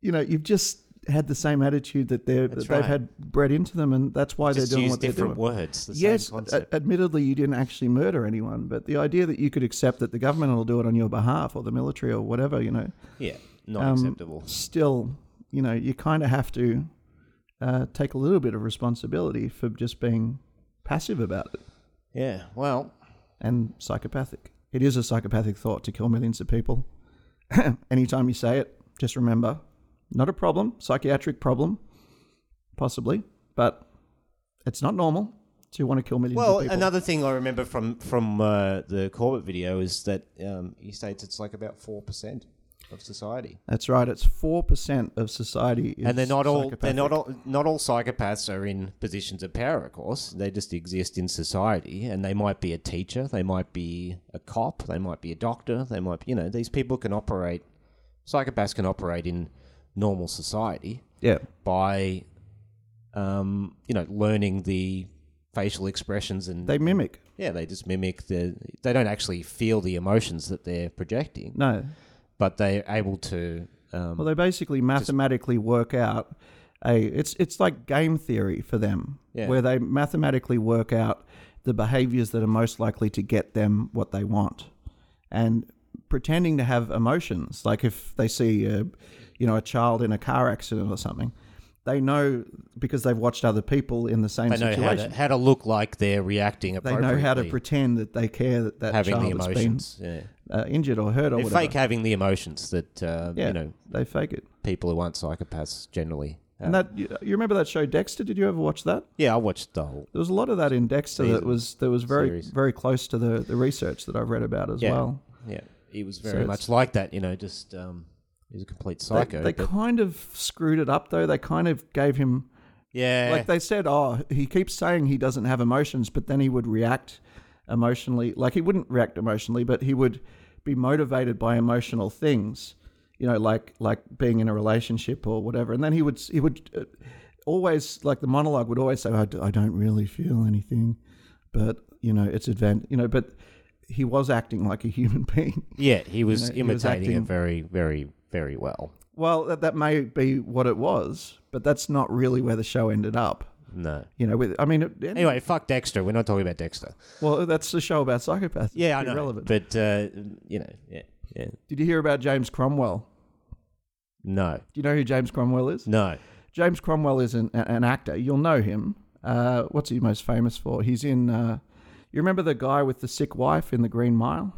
Speaker 1: you know you've just had the same attitude that they're that
Speaker 2: That's
Speaker 1: they've
Speaker 2: right.
Speaker 1: had bred into them and that's why
Speaker 2: just
Speaker 1: they're doing
Speaker 2: use
Speaker 1: what they're doing
Speaker 2: different words. The
Speaker 1: Yes, uh,
Speaker 2: same
Speaker 1: a-
Speaker 2: concept.
Speaker 1: admittedly, you didn't actually murder anyone, but the idea that you could accept that the government will do it on your behalf or the military or whatever, you know,
Speaker 2: yeah, not
Speaker 1: um,
Speaker 2: acceptable.
Speaker 1: Still, you know, you kind of have to uh, take a little bit of responsibility for just being passive about it
Speaker 2: Yeah, well,
Speaker 1: and psychopathic. It is a psychopathic thought to kill millions of people. [CLEARS THROAT] Anytime you say it, just remember not a problem, psychiatric problem, possibly, but it's not normal to want to kill millions
Speaker 2: Well,
Speaker 1: of people.
Speaker 2: another thing I remember from from uh, the Corbett video is that um, he states it's like about four percent of society,
Speaker 1: That's right. It's four percent of society, is
Speaker 2: and they're not all they're
Speaker 1: psychopathic.
Speaker 2: not all not all psychopaths are in positions of power. Of course, they just exist in society, and they might be a teacher, they might be a cop, they might be a doctor, they might be, you know these people can operate. Psychopaths can operate in normal society
Speaker 1: Yeah,
Speaker 2: by, um, you know, learning the facial expressions and
Speaker 1: they mimic.
Speaker 2: yeah, they just mimic the. They don't actually feel the emotions that they're projecting.
Speaker 1: No,
Speaker 2: but they're able to. Um,
Speaker 1: Well, they basically mathematically work out a. It's it's like game theory for them,
Speaker 2: Yeah.
Speaker 1: where they mathematically work out the behaviors that are most likely to get them what they want, and pretending to have emotions. Like if they see, a, you know, a child in a car accident or something, they know because they've watched other people in the same
Speaker 2: they know
Speaker 1: situation.
Speaker 2: how to, how to look like they're reacting
Speaker 1: they
Speaker 2: appropriately.
Speaker 1: know how to pretend that they care that that
Speaker 2: having the
Speaker 1: child has been
Speaker 2: emotions. Yeah.
Speaker 1: uh, injured or hurt or
Speaker 2: They
Speaker 1: whatever.
Speaker 2: fake having the emotions that uh,
Speaker 1: yeah,
Speaker 2: you know
Speaker 1: they fake it.
Speaker 2: people who aren't psychopaths generally. uh,
Speaker 1: And that you, you remember that show Dexter? Did you ever watch that?
Speaker 2: Yeah, I watched the whole.
Speaker 1: There was a lot of that in Dexter that was that was very
Speaker 2: series.
Speaker 1: very close to the, the research that I've read about as
Speaker 2: Yeah,
Speaker 1: well.
Speaker 2: yeah, he was very
Speaker 1: it's-
Speaker 2: much like that. You know, just um, he was a complete psycho.
Speaker 1: they
Speaker 2: but-
Speaker 1: kind of screwed it up though. They kind of gave him
Speaker 2: yeah,
Speaker 1: like they said, oh, he keeps saying he doesn't have emotions, but then he would react emotionally. Like he wouldn't react emotionally, but he would be motivated by emotional things. You know, like like being in a relationship or whatever. And then he would he would uh, always like the monologue would always say, I, d- I don't really feel anything, but you know, it's advent. You know, but he was acting like a [LAUGHS] human being.
Speaker 2: yeah, he was
Speaker 1: he was
Speaker 2: imitating it
Speaker 1: acting-
Speaker 2: very, very, very well.
Speaker 1: well, that, that may be what it was, but that's not really where the show ended up.
Speaker 2: No.
Speaker 1: You know, with I mean, it,
Speaker 2: Anyway, fuck Dexter. We're not talking about Dexter.
Speaker 1: Well, that's the show about psychopaths.
Speaker 2: Yeah, I
Speaker 1: It's
Speaker 2: know.
Speaker 1: irrelevant.
Speaker 2: But uh, you know, yeah, yeah.
Speaker 1: Did you hear about James Cromwell?
Speaker 2: No,
Speaker 1: Do you know who James Cromwell is?
Speaker 2: no.
Speaker 1: James Cromwell is an, an actor. You'll know him. Uh, what's he most famous for? He's in. Uh, you remember the guy with the sick wife in The Green Mile?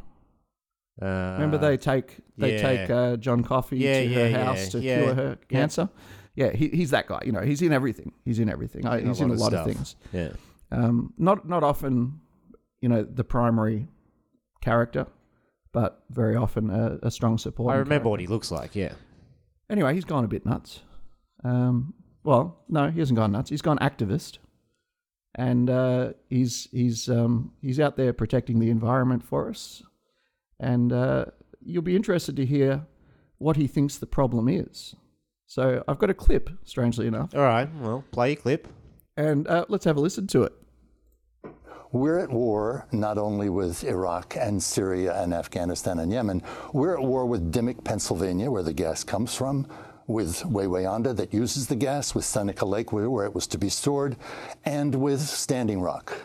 Speaker 2: Uh,
Speaker 1: Remember they take they
Speaker 2: yeah.
Speaker 1: take uh, John Coffey
Speaker 2: Yeah,
Speaker 1: to
Speaker 2: yeah,
Speaker 1: her house
Speaker 2: yeah,
Speaker 1: to
Speaker 2: yeah.
Speaker 1: cure her cancer. Yeah, he, he's that guy. You know, he's in everything. He's in everything. I- he's in a lot of,
Speaker 2: stuff.
Speaker 1: things.
Speaker 2: Yeah,
Speaker 1: Um, not not often, you know, the primary character, but very often a, a strong support.
Speaker 2: I remember what he looks like. Yeah,
Speaker 1: Anyway, he's gone a bit nuts. Um, well, no, he hasn't gone nuts. He's gone activist, and uh, he's he's um, he's out there protecting the environment for us. And uh, you'll be interested to hear what he thinks the problem is. So I've got a clip, strangely enough,
Speaker 2: All right. Well, play a clip.
Speaker 1: and uh, let's have a listen to it.
Speaker 7: We're at war not only with Iraq and Syria and Afghanistan and Yemen, we're at war with Dimmock, Pennsylvania, where the gas comes from, with Weweyanda that uses the gas, with Seneca Lake, where where it was to be stored, and with Standing Rock.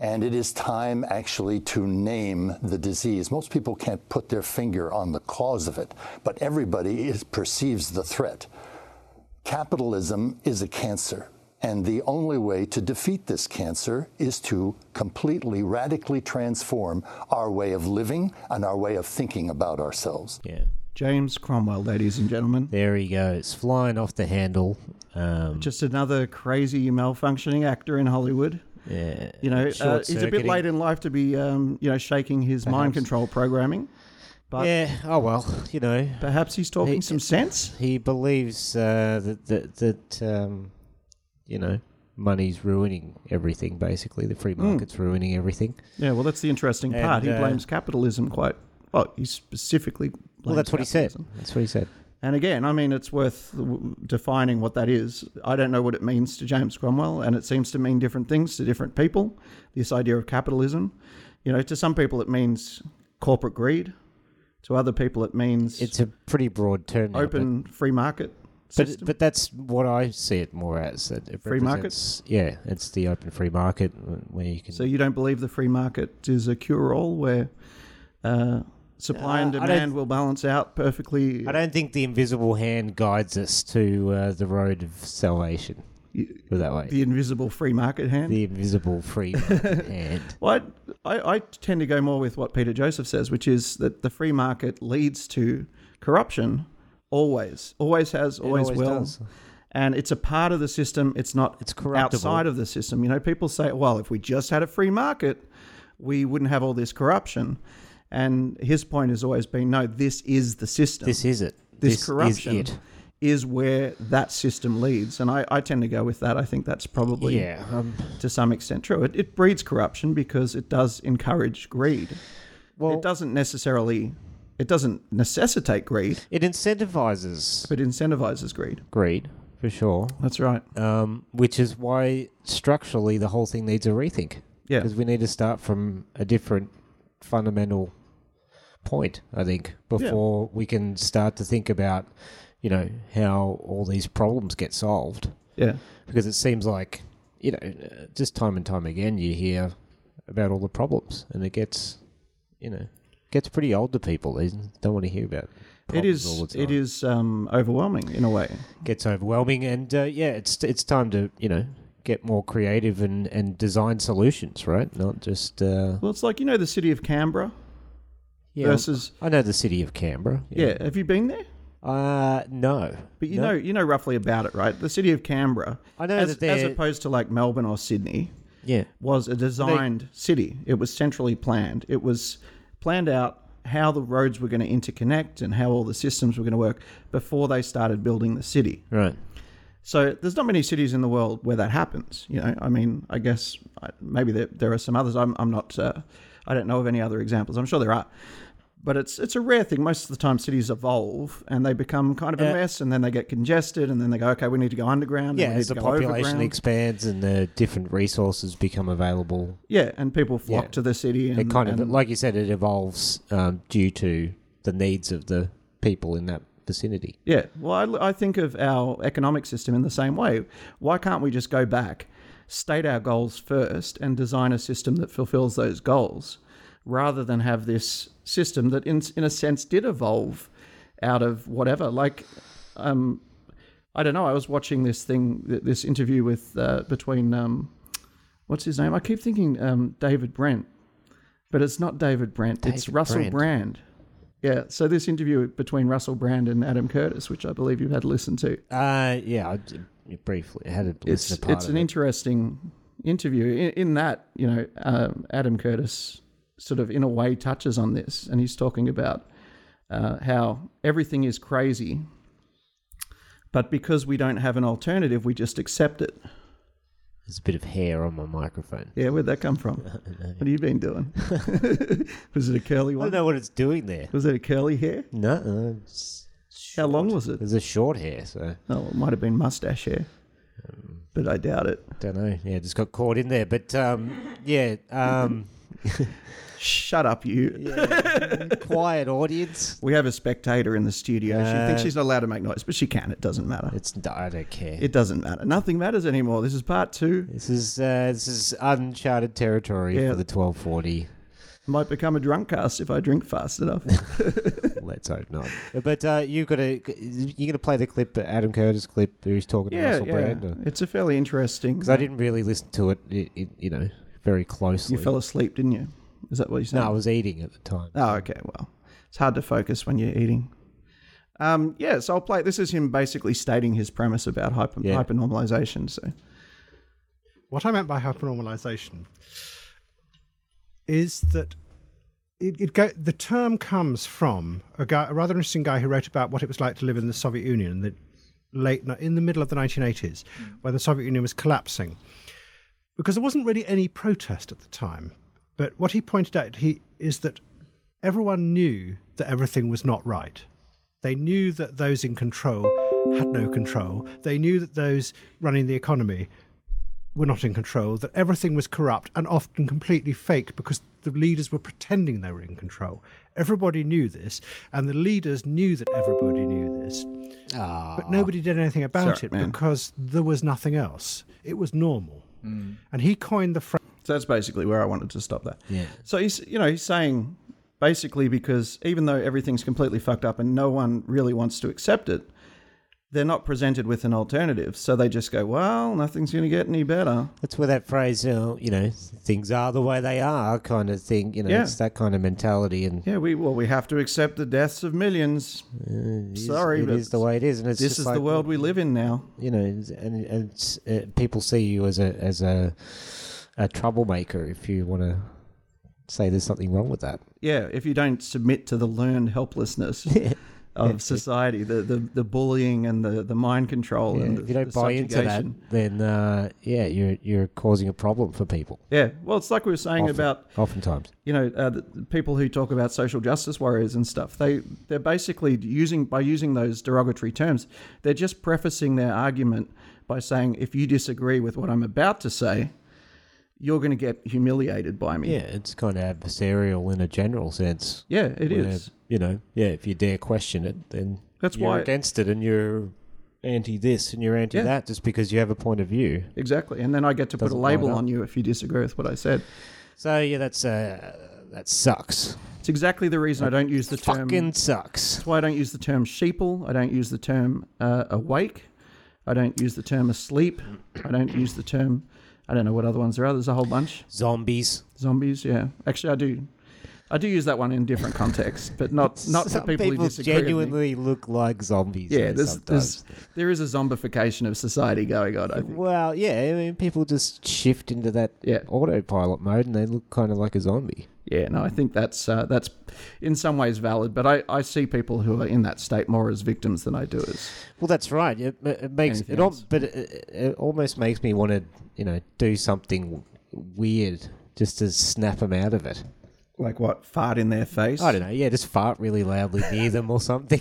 Speaker 7: And it is time actually to name the disease. Most people can't put their finger on the cause of it, but everybody is, perceives the threat. Capitalism is a cancer, and the only way to defeat this cancer is to completely, radically transform our way of living and our way of thinking about ourselves.
Speaker 2: Yeah,
Speaker 1: James Cromwell, ladies and gentlemen.
Speaker 2: there he goes, flying off the handle. Um,
Speaker 1: Just another crazy malfunctioning actor in Hollywood.
Speaker 2: yeah,
Speaker 1: You know, uh, he's a bit
Speaker 2: Short-circuiting.
Speaker 1: late in life to be, um, you know, shaking his mind control programming. but-
Speaker 2: yeah. Oh well, you know,
Speaker 1: Perhaps he's talking
Speaker 2: He-
Speaker 1: some sense.
Speaker 2: he believes uh, that that that um, you know money's ruining everything. Basically, the free
Speaker 1: Hmm.
Speaker 2: market's ruining everything.
Speaker 1: Yeah, well, that's the interesting part. he
Speaker 2: uh,
Speaker 1: blames capitalism quite. Well, he specifically. Blames
Speaker 2: Well, that's what he said.
Speaker 1: capitalism.
Speaker 2: That's what he said.
Speaker 1: And again, I mean, it's worth w- defining what that is. I don't know what it means to James Cromwell, and it seems to mean different things to different people. This idea of capitalism, you know, to some people it means corporate greed. To other people, it means
Speaker 2: It's a pretty broad term. now, but-
Speaker 1: open free market.
Speaker 2: But,
Speaker 1: system.
Speaker 2: but that's what I see it more as. That it
Speaker 1: Free market?
Speaker 2: represents- Yeah, it's the open free market uh, where you can.
Speaker 1: So you don't believe the free market is a cure-all where uh, supply and
Speaker 2: Uh, I don't-
Speaker 1: demand will balance out perfectly?
Speaker 2: I don't think the invisible hand guides us to uh, the road of salvation. Put it that way,
Speaker 1: The
Speaker 2: the,
Speaker 1: invisible free market hand.
Speaker 2: invisible free
Speaker 1: [LAUGHS]
Speaker 2: market hand.
Speaker 1: Well, I, I tend to go more with what Peter Joseph says, which is that the free market leads to corruption. Always, always has, always,
Speaker 2: always
Speaker 1: will.
Speaker 2: does.
Speaker 1: And it's a part of the system. It's not.
Speaker 2: It's corruptible.
Speaker 1: outside of the system. You know, people say, "Well, if we just had a free market, we wouldn't have all this corruption." And his point has always been, "No, this is the system.
Speaker 2: This is it.
Speaker 1: this,
Speaker 2: is
Speaker 1: corruption is,
Speaker 2: it.
Speaker 1: where that system leads. And I, I tend to go with that. I think that's probably,
Speaker 2: Yeah. Um,
Speaker 1: to some extent, true. It, it breeds corruption because it does encourage greed.
Speaker 2: well,
Speaker 1: it doesn't necessarily, it doesn't necessitate greed,
Speaker 2: it incentivizes
Speaker 1: but incentivizes greed.
Speaker 2: greed for sure,
Speaker 1: That's right.
Speaker 2: um, which is why structurally the whole thing needs a rethink.
Speaker 1: Yeah.
Speaker 2: because we need to start from a different fundamental point, I think, before we can start to think about, you know, how all these problems get solved.
Speaker 1: Yeah.
Speaker 2: Because it seems like, you know, uh, just time and time again you hear about all the problems and it gets, you know, gets pretty old to people. They don't want to hear about
Speaker 1: It
Speaker 2: problems all
Speaker 1: is.
Speaker 2: the time
Speaker 1: It is um, overwhelming in a way.
Speaker 2: gets overwhelming and uh, yeah it's it's time to you know get more creative and and design solutions right not just uh
Speaker 1: Well, it's like you know the city of Canberra
Speaker 2: yeah,
Speaker 1: versus
Speaker 2: i know the city of canberra
Speaker 1: yeah. Have you been there?
Speaker 2: uh no
Speaker 1: But you know, you know roughly about it, right? The city of Canberra,
Speaker 2: I know
Speaker 1: as,
Speaker 2: that they're-
Speaker 1: as opposed to like Melbourne or Sydney,
Speaker 2: yeah
Speaker 1: was a designed city. It was centrally planned. It was planned out how the roads were going to interconnect and how all the systems were going to work before they started building the city.
Speaker 2: right
Speaker 1: So there's not many cities in the world where that happens. You know, I mean, I guess I- maybe there, there are some others. I'm, I'm not, uh, I don't know of any other examples. I'm sure there are, but it's it's a rare thing. Most of the time, cities evolve and they become kind of a mess, and then they get congested, and then they go, okay, we need to go underground.
Speaker 2: yeah
Speaker 1: and we need
Speaker 2: as the
Speaker 1: to go
Speaker 2: population
Speaker 1: overground."
Speaker 2: expands and the different resources become available
Speaker 1: yeah, and people flock
Speaker 2: Yeah.
Speaker 1: to the city. And,
Speaker 2: it kind of
Speaker 1: and-
Speaker 2: like you said it evolves um, due to the needs of the people in that vicinity
Speaker 1: Yeah, well, I, l- I think of our economic system in the same way. Why can't we just go back, state our goals first, and design a system that fulfills those goals, rather than have this system that, in in a sense, did evolve out of whatever? Like, um, I don't know. I was watching this thing, th- this interview with uh, between um, what's his name? I keep thinking um, David Brent, but it's not David Brent. it's
Speaker 2: David
Speaker 1: Russell
Speaker 2: Brent.
Speaker 1: Brand. Yeah. So this interview between Russell Brand and Adam Curtis, which I believe you had listened to,
Speaker 2: uh yeah i d- briefly had a
Speaker 1: it's
Speaker 2: listen to part
Speaker 1: it's
Speaker 2: of
Speaker 1: an
Speaker 2: it.
Speaker 1: interesting interview. In, in that, you know, um, Adam Curtis sort of in a way touches on this, and he's talking about uh, how everything is crazy, but because we don't have an alternative, we just accept it.
Speaker 2: there's a bit of hair on my microphone
Speaker 1: Yeah, where'd that come from?
Speaker 2: [LAUGHS]
Speaker 1: What have you been doing? [LAUGHS] was it a curly
Speaker 2: i don't
Speaker 1: one?
Speaker 2: know what it's doing there
Speaker 1: Was it a curly hair?
Speaker 2: No, uh, it's,
Speaker 1: How long was it?
Speaker 2: there's a short hair, so
Speaker 1: Oh, it might have been mustache hair,
Speaker 2: Um,
Speaker 1: but I doubt it.
Speaker 2: don't know. Yeah, just got caught in there. But um, yeah,
Speaker 1: [LAUGHS]
Speaker 2: um,
Speaker 1: Shut up, you.
Speaker 2: quiet audience.
Speaker 1: We have a spectator in the studio. she thinks she's not allowed to make noise, but she can. It doesn't matter.
Speaker 2: It's I don't care.
Speaker 1: It doesn't matter. Nothing matters anymore. This is part two.
Speaker 2: this is uh, this is uncharted territory
Speaker 1: Yeah.
Speaker 2: for the twelve forty.
Speaker 1: Might become a drunk cast if I drink fast
Speaker 2: [LAUGHS]
Speaker 1: enough.
Speaker 2: Let's hope not. But uh, you've got to you're gonna play the clip, the Adam Curtis clip, who's talking to
Speaker 1: yeah,
Speaker 2: Russell
Speaker 1: yeah.
Speaker 2: Brand. uh,
Speaker 1: It's a fairly interesting.
Speaker 2: Because I didn't really listen to it, it, it you know, very closely.
Speaker 1: You fell asleep, didn't you? Is that what you said?
Speaker 2: no, I was eating at the time.
Speaker 1: Oh, okay. Well, it's hard to focus when you're eating. Um, yeah, so I'll play. This is him basically stating his premise about hyper,
Speaker 2: Yeah.
Speaker 1: hypernormalization. So
Speaker 8: What I meant by hypernormalization is that it, it go, the term comes from a, guy, a rather interesting guy who wrote about what it was like to live in the Soviet Union in the late ni- in the middle of the 1980s, when the Soviet Union was collapsing, because there wasn't really any protest at the time. But what he pointed out he, is that everyone knew that everything was not right. They knew that those in control had no control. They knew that those running the economy were not in control, that everything was corrupt and often completely fake because the leaders were pretending they were in control. Everybody knew this, and the leaders knew that everybody knew this. But nobody did anything about it because there was nothing else. It was normal. And he coined the phrase.
Speaker 1: So that's basically where I wanted to stop that. Yeah. So he's, you know, he's saying basically because even though everything's completely fucked up and no one really wants to accept it, they're not presented with an alternative. So they just go, well, nothing's going to get any better.
Speaker 2: That's where that phrase, uh, you know, things are the way they are kind of thing, you know,
Speaker 1: Yeah.
Speaker 2: it's that kind of mentality. And
Speaker 1: Yeah, we well, we have to accept the deaths of millions.
Speaker 2: Uh, it is-
Speaker 1: Sorry,
Speaker 2: it
Speaker 1: but
Speaker 2: is the way it is. And it's
Speaker 1: This
Speaker 2: just
Speaker 1: is
Speaker 2: like,
Speaker 1: the world we live in now.
Speaker 2: you know, and, and it's, uh, people see you as a as a a troublemaker if you want to say there's something wrong with that.
Speaker 1: Yeah, if you don't submit to the learned
Speaker 2: [LAUGHS]
Speaker 1: helplessness. Of society, the, the, the bullying and the, the mind control, and the,
Speaker 2: if you don't
Speaker 1: the
Speaker 2: buy into that,
Speaker 1: subjugation.
Speaker 2: then uh, yeah, you're you're causing a problem for people.
Speaker 1: Yeah, well, it's like we were saying about
Speaker 2: Oftentimes,
Speaker 1: you know uh, the the people who talk about social justice warriors and stuff they they're basically using by using those derogatory terms they're just prefacing their argument by saying if you disagree with what i'm about to say you're going to get humiliated by me.
Speaker 2: Yeah, it's kind of adversarial in a general sense.
Speaker 1: Yeah, it
Speaker 2: where,
Speaker 1: is.
Speaker 2: You know, yeah, if you dare question it, then
Speaker 1: That's
Speaker 2: you're
Speaker 1: why-
Speaker 2: against it and you're anti this and you're anti
Speaker 1: Yeah.
Speaker 2: that just because you have a point of view.
Speaker 1: Exactly. And then I get to put a
Speaker 2: Doesn't line
Speaker 1: label
Speaker 2: up.
Speaker 1: on you if you disagree with what I said.
Speaker 2: So yeah, that's uh, that sucks.
Speaker 1: It's exactly the reason I don't use the term.
Speaker 2: Fucking sucks.
Speaker 1: That's why I don't use the term sheeple. I don't use the term uh, awake. I don't use the term asleep. I don't use the term. I don't know what other ones there are. There's a whole bunch.
Speaker 2: Zombies.
Speaker 1: Zombies. Yeah. Actually, I do. I do use that one in different contexts, but
Speaker 2: [LAUGHS]
Speaker 1: not not for
Speaker 2: Some
Speaker 1: people, who disagree. with me.
Speaker 2: genuinely look like zombies.
Speaker 1: Yeah.
Speaker 2: though,
Speaker 1: There's, there's
Speaker 2: sometimes.
Speaker 1: there is a zombification of society going on. I think.
Speaker 2: Well, yeah, I mean, people just shift into that
Speaker 1: Yeah.
Speaker 2: autopilot mode and they look kind of like a zombie.
Speaker 1: Yeah. No, I think that's uh, that's in some ways valid, but I, I see people who are in that state more as victims than I do as.
Speaker 2: Well, that's right. It, it makes
Speaker 1: Anything
Speaker 2: it, al-
Speaker 1: else?
Speaker 2: but it, it- it almost makes me want to, you know, do something weird just to snap them out of it.
Speaker 1: Like what? Fart in their face.
Speaker 2: I don't know. Yeah, just fart really loudly near them or [LAUGHS] something,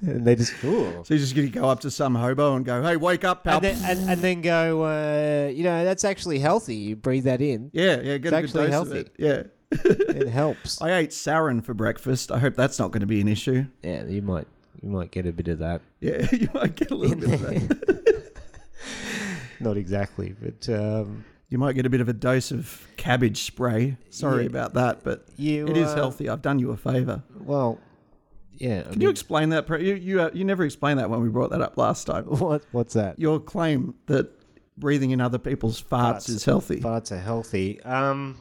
Speaker 2: and they just "Ooh."
Speaker 1: So you're just going to go up to some hobo and go, hey, wake up, pal.
Speaker 2: And then, and, and then go, uh, you know, that's actually healthy. You breathe that in.
Speaker 1: yeah, yeah, get
Speaker 2: It's
Speaker 1: a good
Speaker 2: actually
Speaker 1: dose
Speaker 2: healthy.
Speaker 1: of it. Yeah.
Speaker 2: It helps.
Speaker 1: I ate sarin for breakfast. I hope that's not going to be an issue.
Speaker 2: [LAUGHS] yeah, you might you might get a bit of that.
Speaker 1: Yeah, [LAUGHS] you might get a little bit of that.
Speaker 2: Not exactly, but um,
Speaker 1: You might get a bit of a dose of cabbage spray. Sorry about that, but
Speaker 2: You,
Speaker 1: it is
Speaker 2: uh,
Speaker 1: healthy. I've done you a favour.
Speaker 2: well, yeah. I
Speaker 1: Can you explain that? pre- You you, uh, you never explained that when we brought that up last time.
Speaker 2: [LAUGHS] what what's that?
Speaker 1: Your claim that breathing in other people's farts, is healthy.
Speaker 2: Farts are healthy. Um,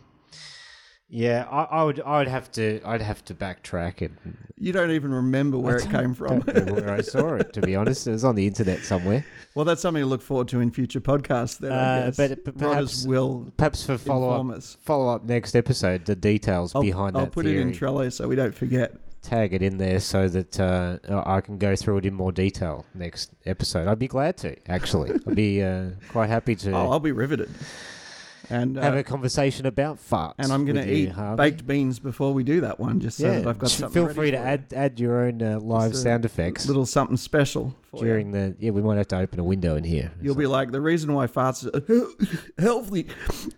Speaker 2: yeah, I, I would I would have to I'd have to backtrack it.
Speaker 1: You don't even remember where it came from.
Speaker 2: Don't know where I saw it, to be honest, it was on the internet somewhere.
Speaker 1: [LAUGHS] well, that's something to look forward to in future podcasts. Then, I
Speaker 2: Uh,
Speaker 1: guess.
Speaker 2: but- but
Speaker 1: Rodders
Speaker 2: perhaps-
Speaker 1: will
Speaker 2: Perhaps for follow
Speaker 1: Inform
Speaker 2: up
Speaker 1: us.
Speaker 2: follow up next episode. The details
Speaker 1: I'll,
Speaker 2: behind
Speaker 1: I'll
Speaker 2: that
Speaker 1: put
Speaker 2: theory.
Speaker 1: it in Trello so we don't forget.
Speaker 2: Tag it in there so that uh, I I can go through it in more detail next episode. I'd be glad to
Speaker 1: [LAUGHS]
Speaker 2: actually. I'd be uh, quite happy to
Speaker 1: Oh, I'll be riveted. And
Speaker 2: have
Speaker 1: uh,
Speaker 2: a conversation about farts.
Speaker 1: and I'm going
Speaker 2: with
Speaker 1: to
Speaker 2: you,
Speaker 1: eat
Speaker 2: Harvey.
Speaker 1: baked beans before we do that one, just so
Speaker 2: yeah,
Speaker 1: that I've got something.
Speaker 2: feel
Speaker 1: ready
Speaker 2: free to
Speaker 1: for
Speaker 2: add add your own uh, live
Speaker 1: Just a you.
Speaker 2: sound effects.
Speaker 1: little something special. For you.
Speaker 2: during the yeah we might have to open a window in here
Speaker 1: You'll be like the reason why farts are [LAUGHS] healthy,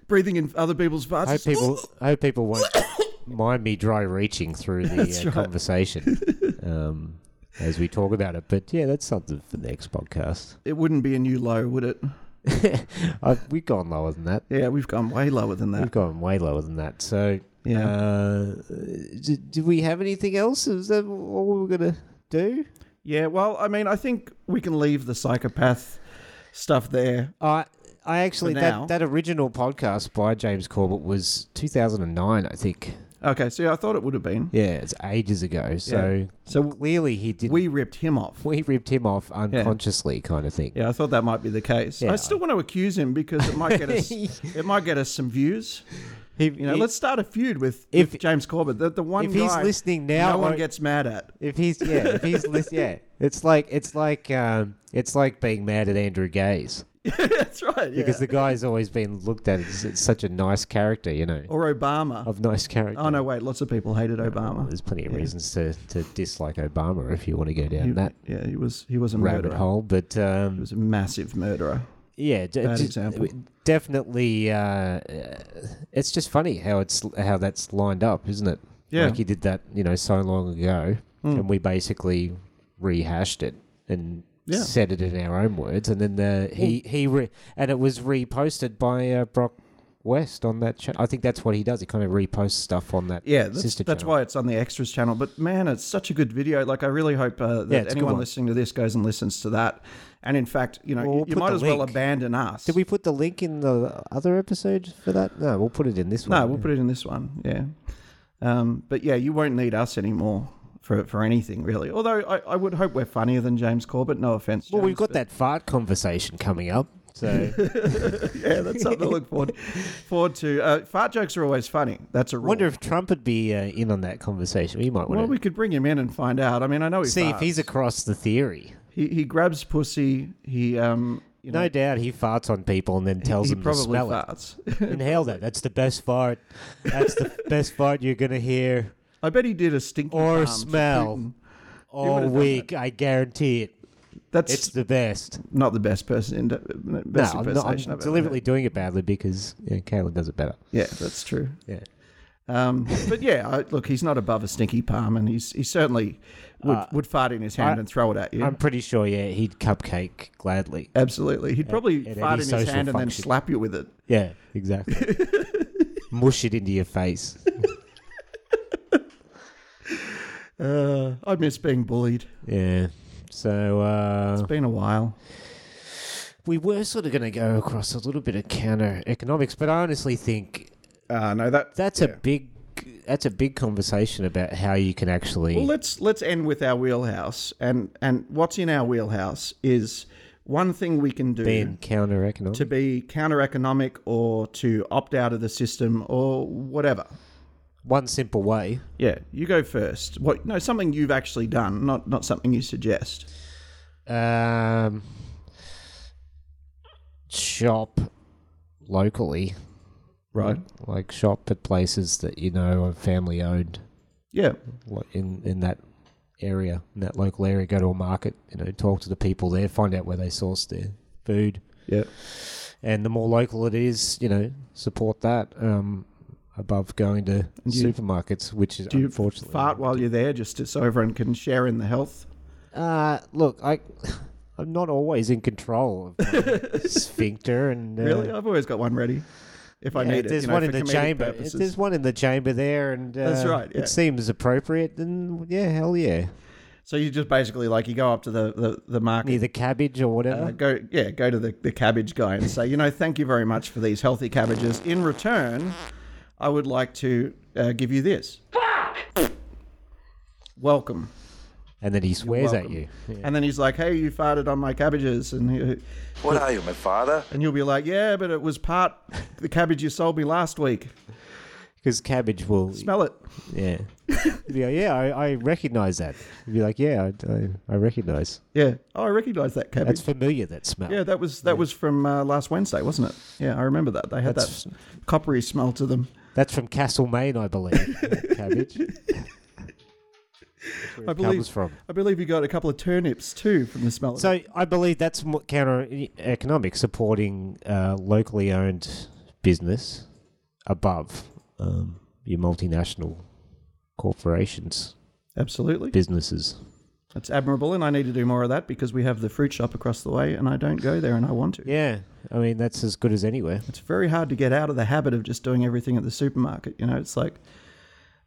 Speaker 1: breathing in other people's farts. [LAUGHS]
Speaker 2: I hope
Speaker 1: is-
Speaker 2: people I hope people won't [COUGHS] mind me dry reaching through the uh, conversation
Speaker 1: [LAUGHS]
Speaker 2: um, as we talk about it but yeah that's something for the next podcast
Speaker 1: It wouldn't be a new low, would it?
Speaker 2: I, we've gone lower than that
Speaker 1: Yeah, we've gone way lower than
Speaker 2: we've
Speaker 1: that.
Speaker 2: gone way lower than that so
Speaker 1: Uh, Yeah.
Speaker 2: uh, d- did we have anything else is that all we were gonna do
Speaker 1: Yeah, well, I mean, I think we can leave the psychopath stuff there.
Speaker 2: I I actually
Speaker 1: For now.
Speaker 2: that, that original podcast by James Corbett was 2009 I think
Speaker 1: Okay, so I thought it would have been.
Speaker 2: yeah it's ages ago so
Speaker 1: So
Speaker 2: clearly he did
Speaker 1: we ripped him off.
Speaker 2: we ripped him off unconsciously, kind of thing.
Speaker 1: Yeah, I thought that might be the case. I
Speaker 2: Yeah.
Speaker 1: still want to accuse him because it might get
Speaker 2: [LAUGHS]
Speaker 1: us it might get us some views.
Speaker 2: He-
Speaker 1: You know,
Speaker 2: he-
Speaker 1: let's start a feud with,
Speaker 2: If-
Speaker 1: with James Corbett. The, the one
Speaker 2: if he's
Speaker 1: guy
Speaker 2: listening now,
Speaker 1: no one
Speaker 2: I-
Speaker 1: gets mad at. [LAUGHS]
Speaker 2: if he's yeah, if he's lis- yeah, [LAUGHS] it's like it's like um, it's like being mad at Andrew Gaze
Speaker 1: That's right. Yeah.
Speaker 2: because the guy's always been looked at as, as such a nice character, you know,
Speaker 1: or Obama.
Speaker 2: of nice character.
Speaker 1: oh no, wait, lots of people hated
Speaker 2: Well,
Speaker 1: Obama.
Speaker 2: there's plenty of reasons to, to dislike Obama if you want to go down that
Speaker 1: Yeah, he was he was a
Speaker 2: rabbit
Speaker 1: murderer.
Speaker 2: hole, but
Speaker 1: He
Speaker 2: um,
Speaker 1: was a massive murderer.
Speaker 2: yeah, d-
Speaker 1: Bad
Speaker 2: d-
Speaker 1: example.
Speaker 2: definitely. Uh, uh, it's just funny how it's how that's lined up, isn't it?
Speaker 1: Yeah. Hmm.
Speaker 2: like he did that, you know, so long ago, and we basically rehashed it and
Speaker 1: Yeah.
Speaker 2: said it in our own words, and then the, he he re- and it was reposted by uh, Brock West on that channel. I think that's what he does. He kind of reposts stuff on that.
Speaker 1: Yeah, that's,
Speaker 2: sister
Speaker 1: that's
Speaker 2: channel.
Speaker 1: why it's on the extras channel. But man, it's such a good video. Like, I really hope uh, that
Speaker 2: Yeah, it's a good
Speaker 1: anyone
Speaker 2: one.
Speaker 1: listening to this goes and listens to that. And in fact, you know,
Speaker 2: Well,
Speaker 1: you-
Speaker 2: we'll
Speaker 1: you
Speaker 2: put
Speaker 1: might
Speaker 2: the
Speaker 1: as well
Speaker 2: link.
Speaker 1: abandon us.
Speaker 2: Did we put the link in the other episode for that? No, we'll put it in this one.
Speaker 1: No, we'll put it in this one. Yeah. Um, but yeah, you won't need us anymore for, for anything, really. Although I, I would hope we're funnier than James Corbett. No offense.
Speaker 2: Well, we've
Speaker 1: James,
Speaker 2: got that fart conversation coming up.
Speaker 1: [LAUGHS]
Speaker 2: So
Speaker 1: but yeah, that's something to look
Speaker 2: [LAUGHS]
Speaker 1: forward forward to. Uh, fart jokes are always funny. That's a
Speaker 2: I
Speaker 1: rule.
Speaker 2: wonder if Trump would be uh, in on that conversation. He might want
Speaker 1: well,
Speaker 2: to
Speaker 1: we could bring him in and find out. I mean, I know he
Speaker 2: see if
Speaker 1: farts.
Speaker 2: he's across the theory.
Speaker 1: he he grabs pussy. He um you know
Speaker 2: No doubt he farts on
Speaker 1: [LAUGHS]
Speaker 2: people and then tells
Speaker 1: he
Speaker 2: them to
Speaker 1: probably
Speaker 2: smell
Speaker 1: farts.
Speaker 2: it. Inhale that. That's the best fart. That's the best fart you're going to hear
Speaker 1: [LAUGHS] I bet he did a stinky
Speaker 2: or
Speaker 1: farm to
Speaker 2: smell
Speaker 1: Um, Putin.
Speaker 2: all
Speaker 1: would've done
Speaker 2: week. I guarantee it.
Speaker 1: That's
Speaker 2: It's the best.
Speaker 1: not the best person in
Speaker 2: No,
Speaker 1: best
Speaker 2: I'm, not,
Speaker 1: impersonation
Speaker 2: I'm
Speaker 1: I've ever heard.
Speaker 2: deliberately doing it badly because you know, Caitlin does it better.
Speaker 1: Yeah, that's true.
Speaker 2: Yeah.
Speaker 1: Um, but yeah, I, look, he's not above a stinky palm, and he's he certainly would, would fart in his hand
Speaker 2: Uh, I-
Speaker 1: and throw it at you.
Speaker 2: I'm pretty sure, yeah, he'd cupcake gladly.
Speaker 1: Absolutely, he'd probably
Speaker 2: at
Speaker 1: fart
Speaker 2: any
Speaker 1: in his
Speaker 2: social
Speaker 1: hand and then
Speaker 2: function.
Speaker 1: slap you with it.
Speaker 2: Yeah,
Speaker 1: [LAUGHS]
Speaker 2: exactly. Mush it into your face.
Speaker 1: Uh, I miss being bullied.
Speaker 2: Yeah. So uh,
Speaker 1: It's been a while.
Speaker 2: we were sort of going to go across a little bit of counter economics, but I honestly think
Speaker 1: Uh, no, that.
Speaker 2: that's a big that's a big conversation about how you can actually.
Speaker 1: Well, let's let's end with our wheelhouse, and and what's in our wheelhouse is one thing we can do.
Speaker 2: being counter economic.
Speaker 1: to be counter economic or to opt out of the system or whatever.
Speaker 2: One simple way.
Speaker 1: Yeah, you go first. What? No, something you've actually done, not not something you suggest.
Speaker 2: Um, shop locally,
Speaker 1: Right.
Speaker 2: like shop at places that you know are family owned
Speaker 1: Yeah.
Speaker 2: like, in in that area, in that local area. Go to a market, you know, talk to the people there, find out where they source their food,
Speaker 1: Yeah.
Speaker 2: and the more local it is, you know, support that. Um, above going to supermarkets, which is
Speaker 1: Do you
Speaker 2: unfortunately
Speaker 1: fart while you're there just to, so everyone can share in the health?
Speaker 2: Uh, look, I, [LAUGHS] I'm not always in control
Speaker 1: [LAUGHS]
Speaker 2: of my sphincter and uh,
Speaker 1: Really? I've always got one ready if I
Speaker 2: yeah,
Speaker 1: need it.
Speaker 2: there's
Speaker 1: you know,
Speaker 2: one
Speaker 1: for
Speaker 2: in the
Speaker 1: comedic
Speaker 2: chamber.
Speaker 1: purposes.
Speaker 2: There's one in the chamber there, and uh,
Speaker 1: That's right, yeah.
Speaker 2: It seems appropriate, and yeah, hell yeah,
Speaker 1: So you just basically like you go up to the the, the market.
Speaker 2: either cabbage or
Speaker 1: Uh,
Speaker 2: whatever.
Speaker 1: go yeah, go to the, the cabbage guy and say, you know, thank you very much for these healthy cabbages. In return, I would like to uh, give you this. Welcome.
Speaker 2: and then he swears at
Speaker 1: welcome.
Speaker 2: you.
Speaker 1: And then he's like, "Hey, you farted on my cabbages," and he,
Speaker 9: What are you, my father?
Speaker 1: and you'll be like, "Yeah, but it was part the cabbage you sold me last week.
Speaker 2: Because cabbage will,
Speaker 1: Smell it." [LAUGHS]
Speaker 2: yeah, You'd be like, yeah, I, I recognize that. You'd be like, yeah, I, I, I recognize.
Speaker 1: Yeah. Oh, I recognise that cabbage.
Speaker 2: That's familiar. That smell.
Speaker 1: yeah, that was that was from uh, last Wednesday, wasn't it? Yeah, I remember that. They had
Speaker 2: That's-
Speaker 1: that coppery smell to them.
Speaker 2: That's from Castlemaine, I believe. that cabbage.
Speaker 1: I
Speaker 2: it
Speaker 1: believe
Speaker 2: comes from.
Speaker 1: I believe you got a couple of turnips too from the smell. of it.
Speaker 2: So I believe that's mo- counter economic, supporting uh, locally owned business above um, your multinational corporations,
Speaker 1: absolutely,
Speaker 2: businesses.
Speaker 1: that's admirable, and I need to do more of that because we have the fruit shop across the way, and I don't go there, and I want to.
Speaker 2: Yeah, I mean that's as good as anywhere.
Speaker 1: it's very hard to get out of the habit of just doing everything at the supermarket. You know, it's like,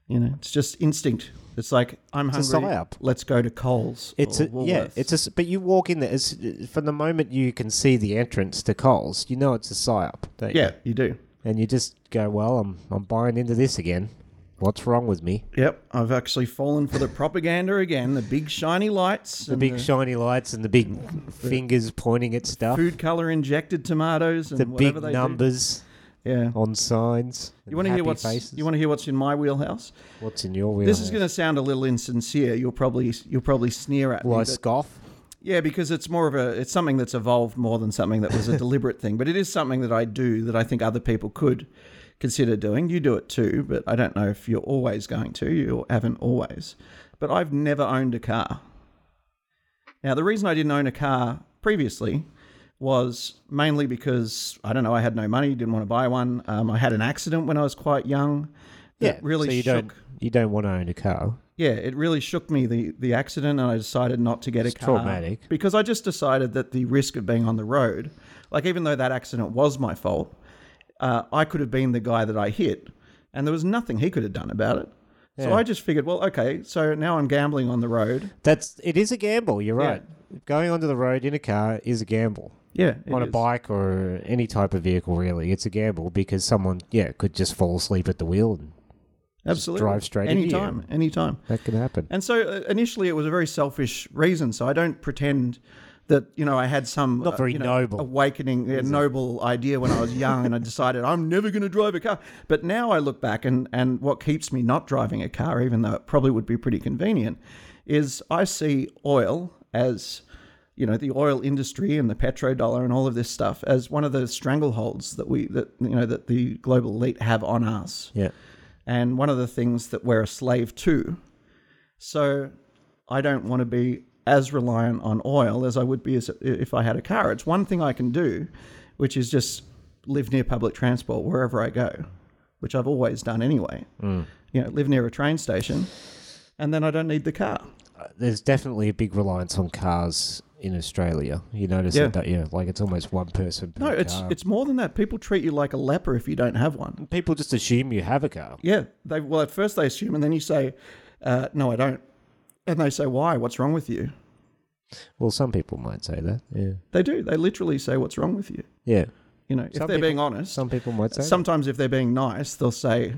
Speaker 1: you know, it's just instinct. It's like I'm
Speaker 2: It's a
Speaker 1: hungry.
Speaker 2: psyop.
Speaker 1: Let's go to Coles.
Speaker 2: It's
Speaker 1: or
Speaker 2: a, yeah,
Speaker 1: Woolworths.
Speaker 2: it's a, s- but you walk in there it's, from the moment you can see the entrance to Coles, you know it's a psyop. Don't you?
Speaker 1: yeah, you do.
Speaker 2: and you just go, well, I'm I'm buying into this again. What's wrong with me?
Speaker 1: Yep, I've actually fallen for the propaganda again. The big shiny lights,
Speaker 2: The
Speaker 1: and
Speaker 2: big shiny lights and the big fingers pointing at stuff.
Speaker 1: food color injected tomatoes, and
Speaker 2: the
Speaker 1: whatever
Speaker 2: big
Speaker 1: they do.
Speaker 2: numbers
Speaker 1: Yeah.
Speaker 2: on signs.
Speaker 1: You want to hear what's you want to hear what's in my wheelhouse?
Speaker 2: what's in your wheelhouse?
Speaker 1: This is going to sound a little insincere. You'll probably you'll probably sneer at me.
Speaker 2: Will I
Speaker 1: but-
Speaker 2: scoff?
Speaker 1: Yeah, because it's more of a it's something that's evolved more than something that
Speaker 2: [LAUGHS]
Speaker 1: was a deliberate thing, but it is something that I do that I think other people could consider doing. You do it too, but I don't know if you're always going to. You haven't always. But I've never owned a car. Now, the reason I didn't own a car previously was mainly because I don't know, I had no money, didn't want to buy one. Um, I had an accident when I was quite young. that really
Speaker 2: so you
Speaker 1: shook.
Speaker 2: don't you don't want to own a car.
Speaker 1: Yeah, it really shook me the the accident, and I decided not to get a
Speaker 2: It's
Speaker 1: car.
Speaker 2: traumatic.
Speaker 1: because I just decided that the risk of being on the road, like even though that accident was my fault, uh, I could have been the guy that I hit, and there was nothing he could have done about it. So I just figured, well, okay, so now I'm gambling on the road.
Speaker 2: That's it is a gamble. You're right. Going onto the road in a car is a gamble.
Speaker 1: Yeah, it
Speaker 2: on a
Speaker 1: is.
Speaker 2: bike or any type of vehicle, really, it's a gamble because someone yeah could just fall asleep at the wheel. and
Speaker 1: absolutely,
Speaker 2: drive straight into you.
Speaker 1: anytime, anytime.
Speaker 2: That can happen.
Speaker 1: And so uh, initially, it was a very selfish reason. So I don't pretend that you know I had some
Speaker 2: Not very
Speaker 1: uh, you know,
Speaker 2: noble.
Speaker 1: awakening, yeah, noble idea when I was young, and I decided I'm never going to drive a car. But now I look back, and and what keeps me not driving a car, even though it probably would be pretty convenient, is I see oil as you know the oil industry and the petrodollar and all of this stuff as one of the strangleholds that we that you know that the global elite have on us
Speaker 2: Yeah.
Speaker 1: and one of the things that we're a slave to. So I don't want to be as reliant on oil as I would be as if I had a car. It's one thing I can do, which is just live near public transport wherever I go, which I've always done anyway. You know, live near a train station, and then I don't need the car.
Speaker 2: There's definitely a big reliance on cars in Australia. You notice
Speaker 1: Yeah.
Speaker 2: that, yeah, like it's almost one person per
Speaker 1: No, it's
Speaker 2: car.
Speaker 1: it's more than that. People treat you like a leper if you don't have one.
Speaker 2: People just assume you have a car.
Speaker 1: Yeah, they well at first they assume, and then you say, uh, "No, I don't," and they say, "Why? What's wrong with you?"
Speaker 2: Well, some people might say that. Yeah,
Speaker 1: They do. They literally say, "What's wrong with you?"
Speaker 2: yeah.
Speaker 1: You know, if
Speaker 2: Some
Speaker 1: they're
Speaker 2: people-
Speaker 1: being honest.
Speaker 2: Some people might say. that.
Speaker 1: Sometimes if they're being nice, they'll say,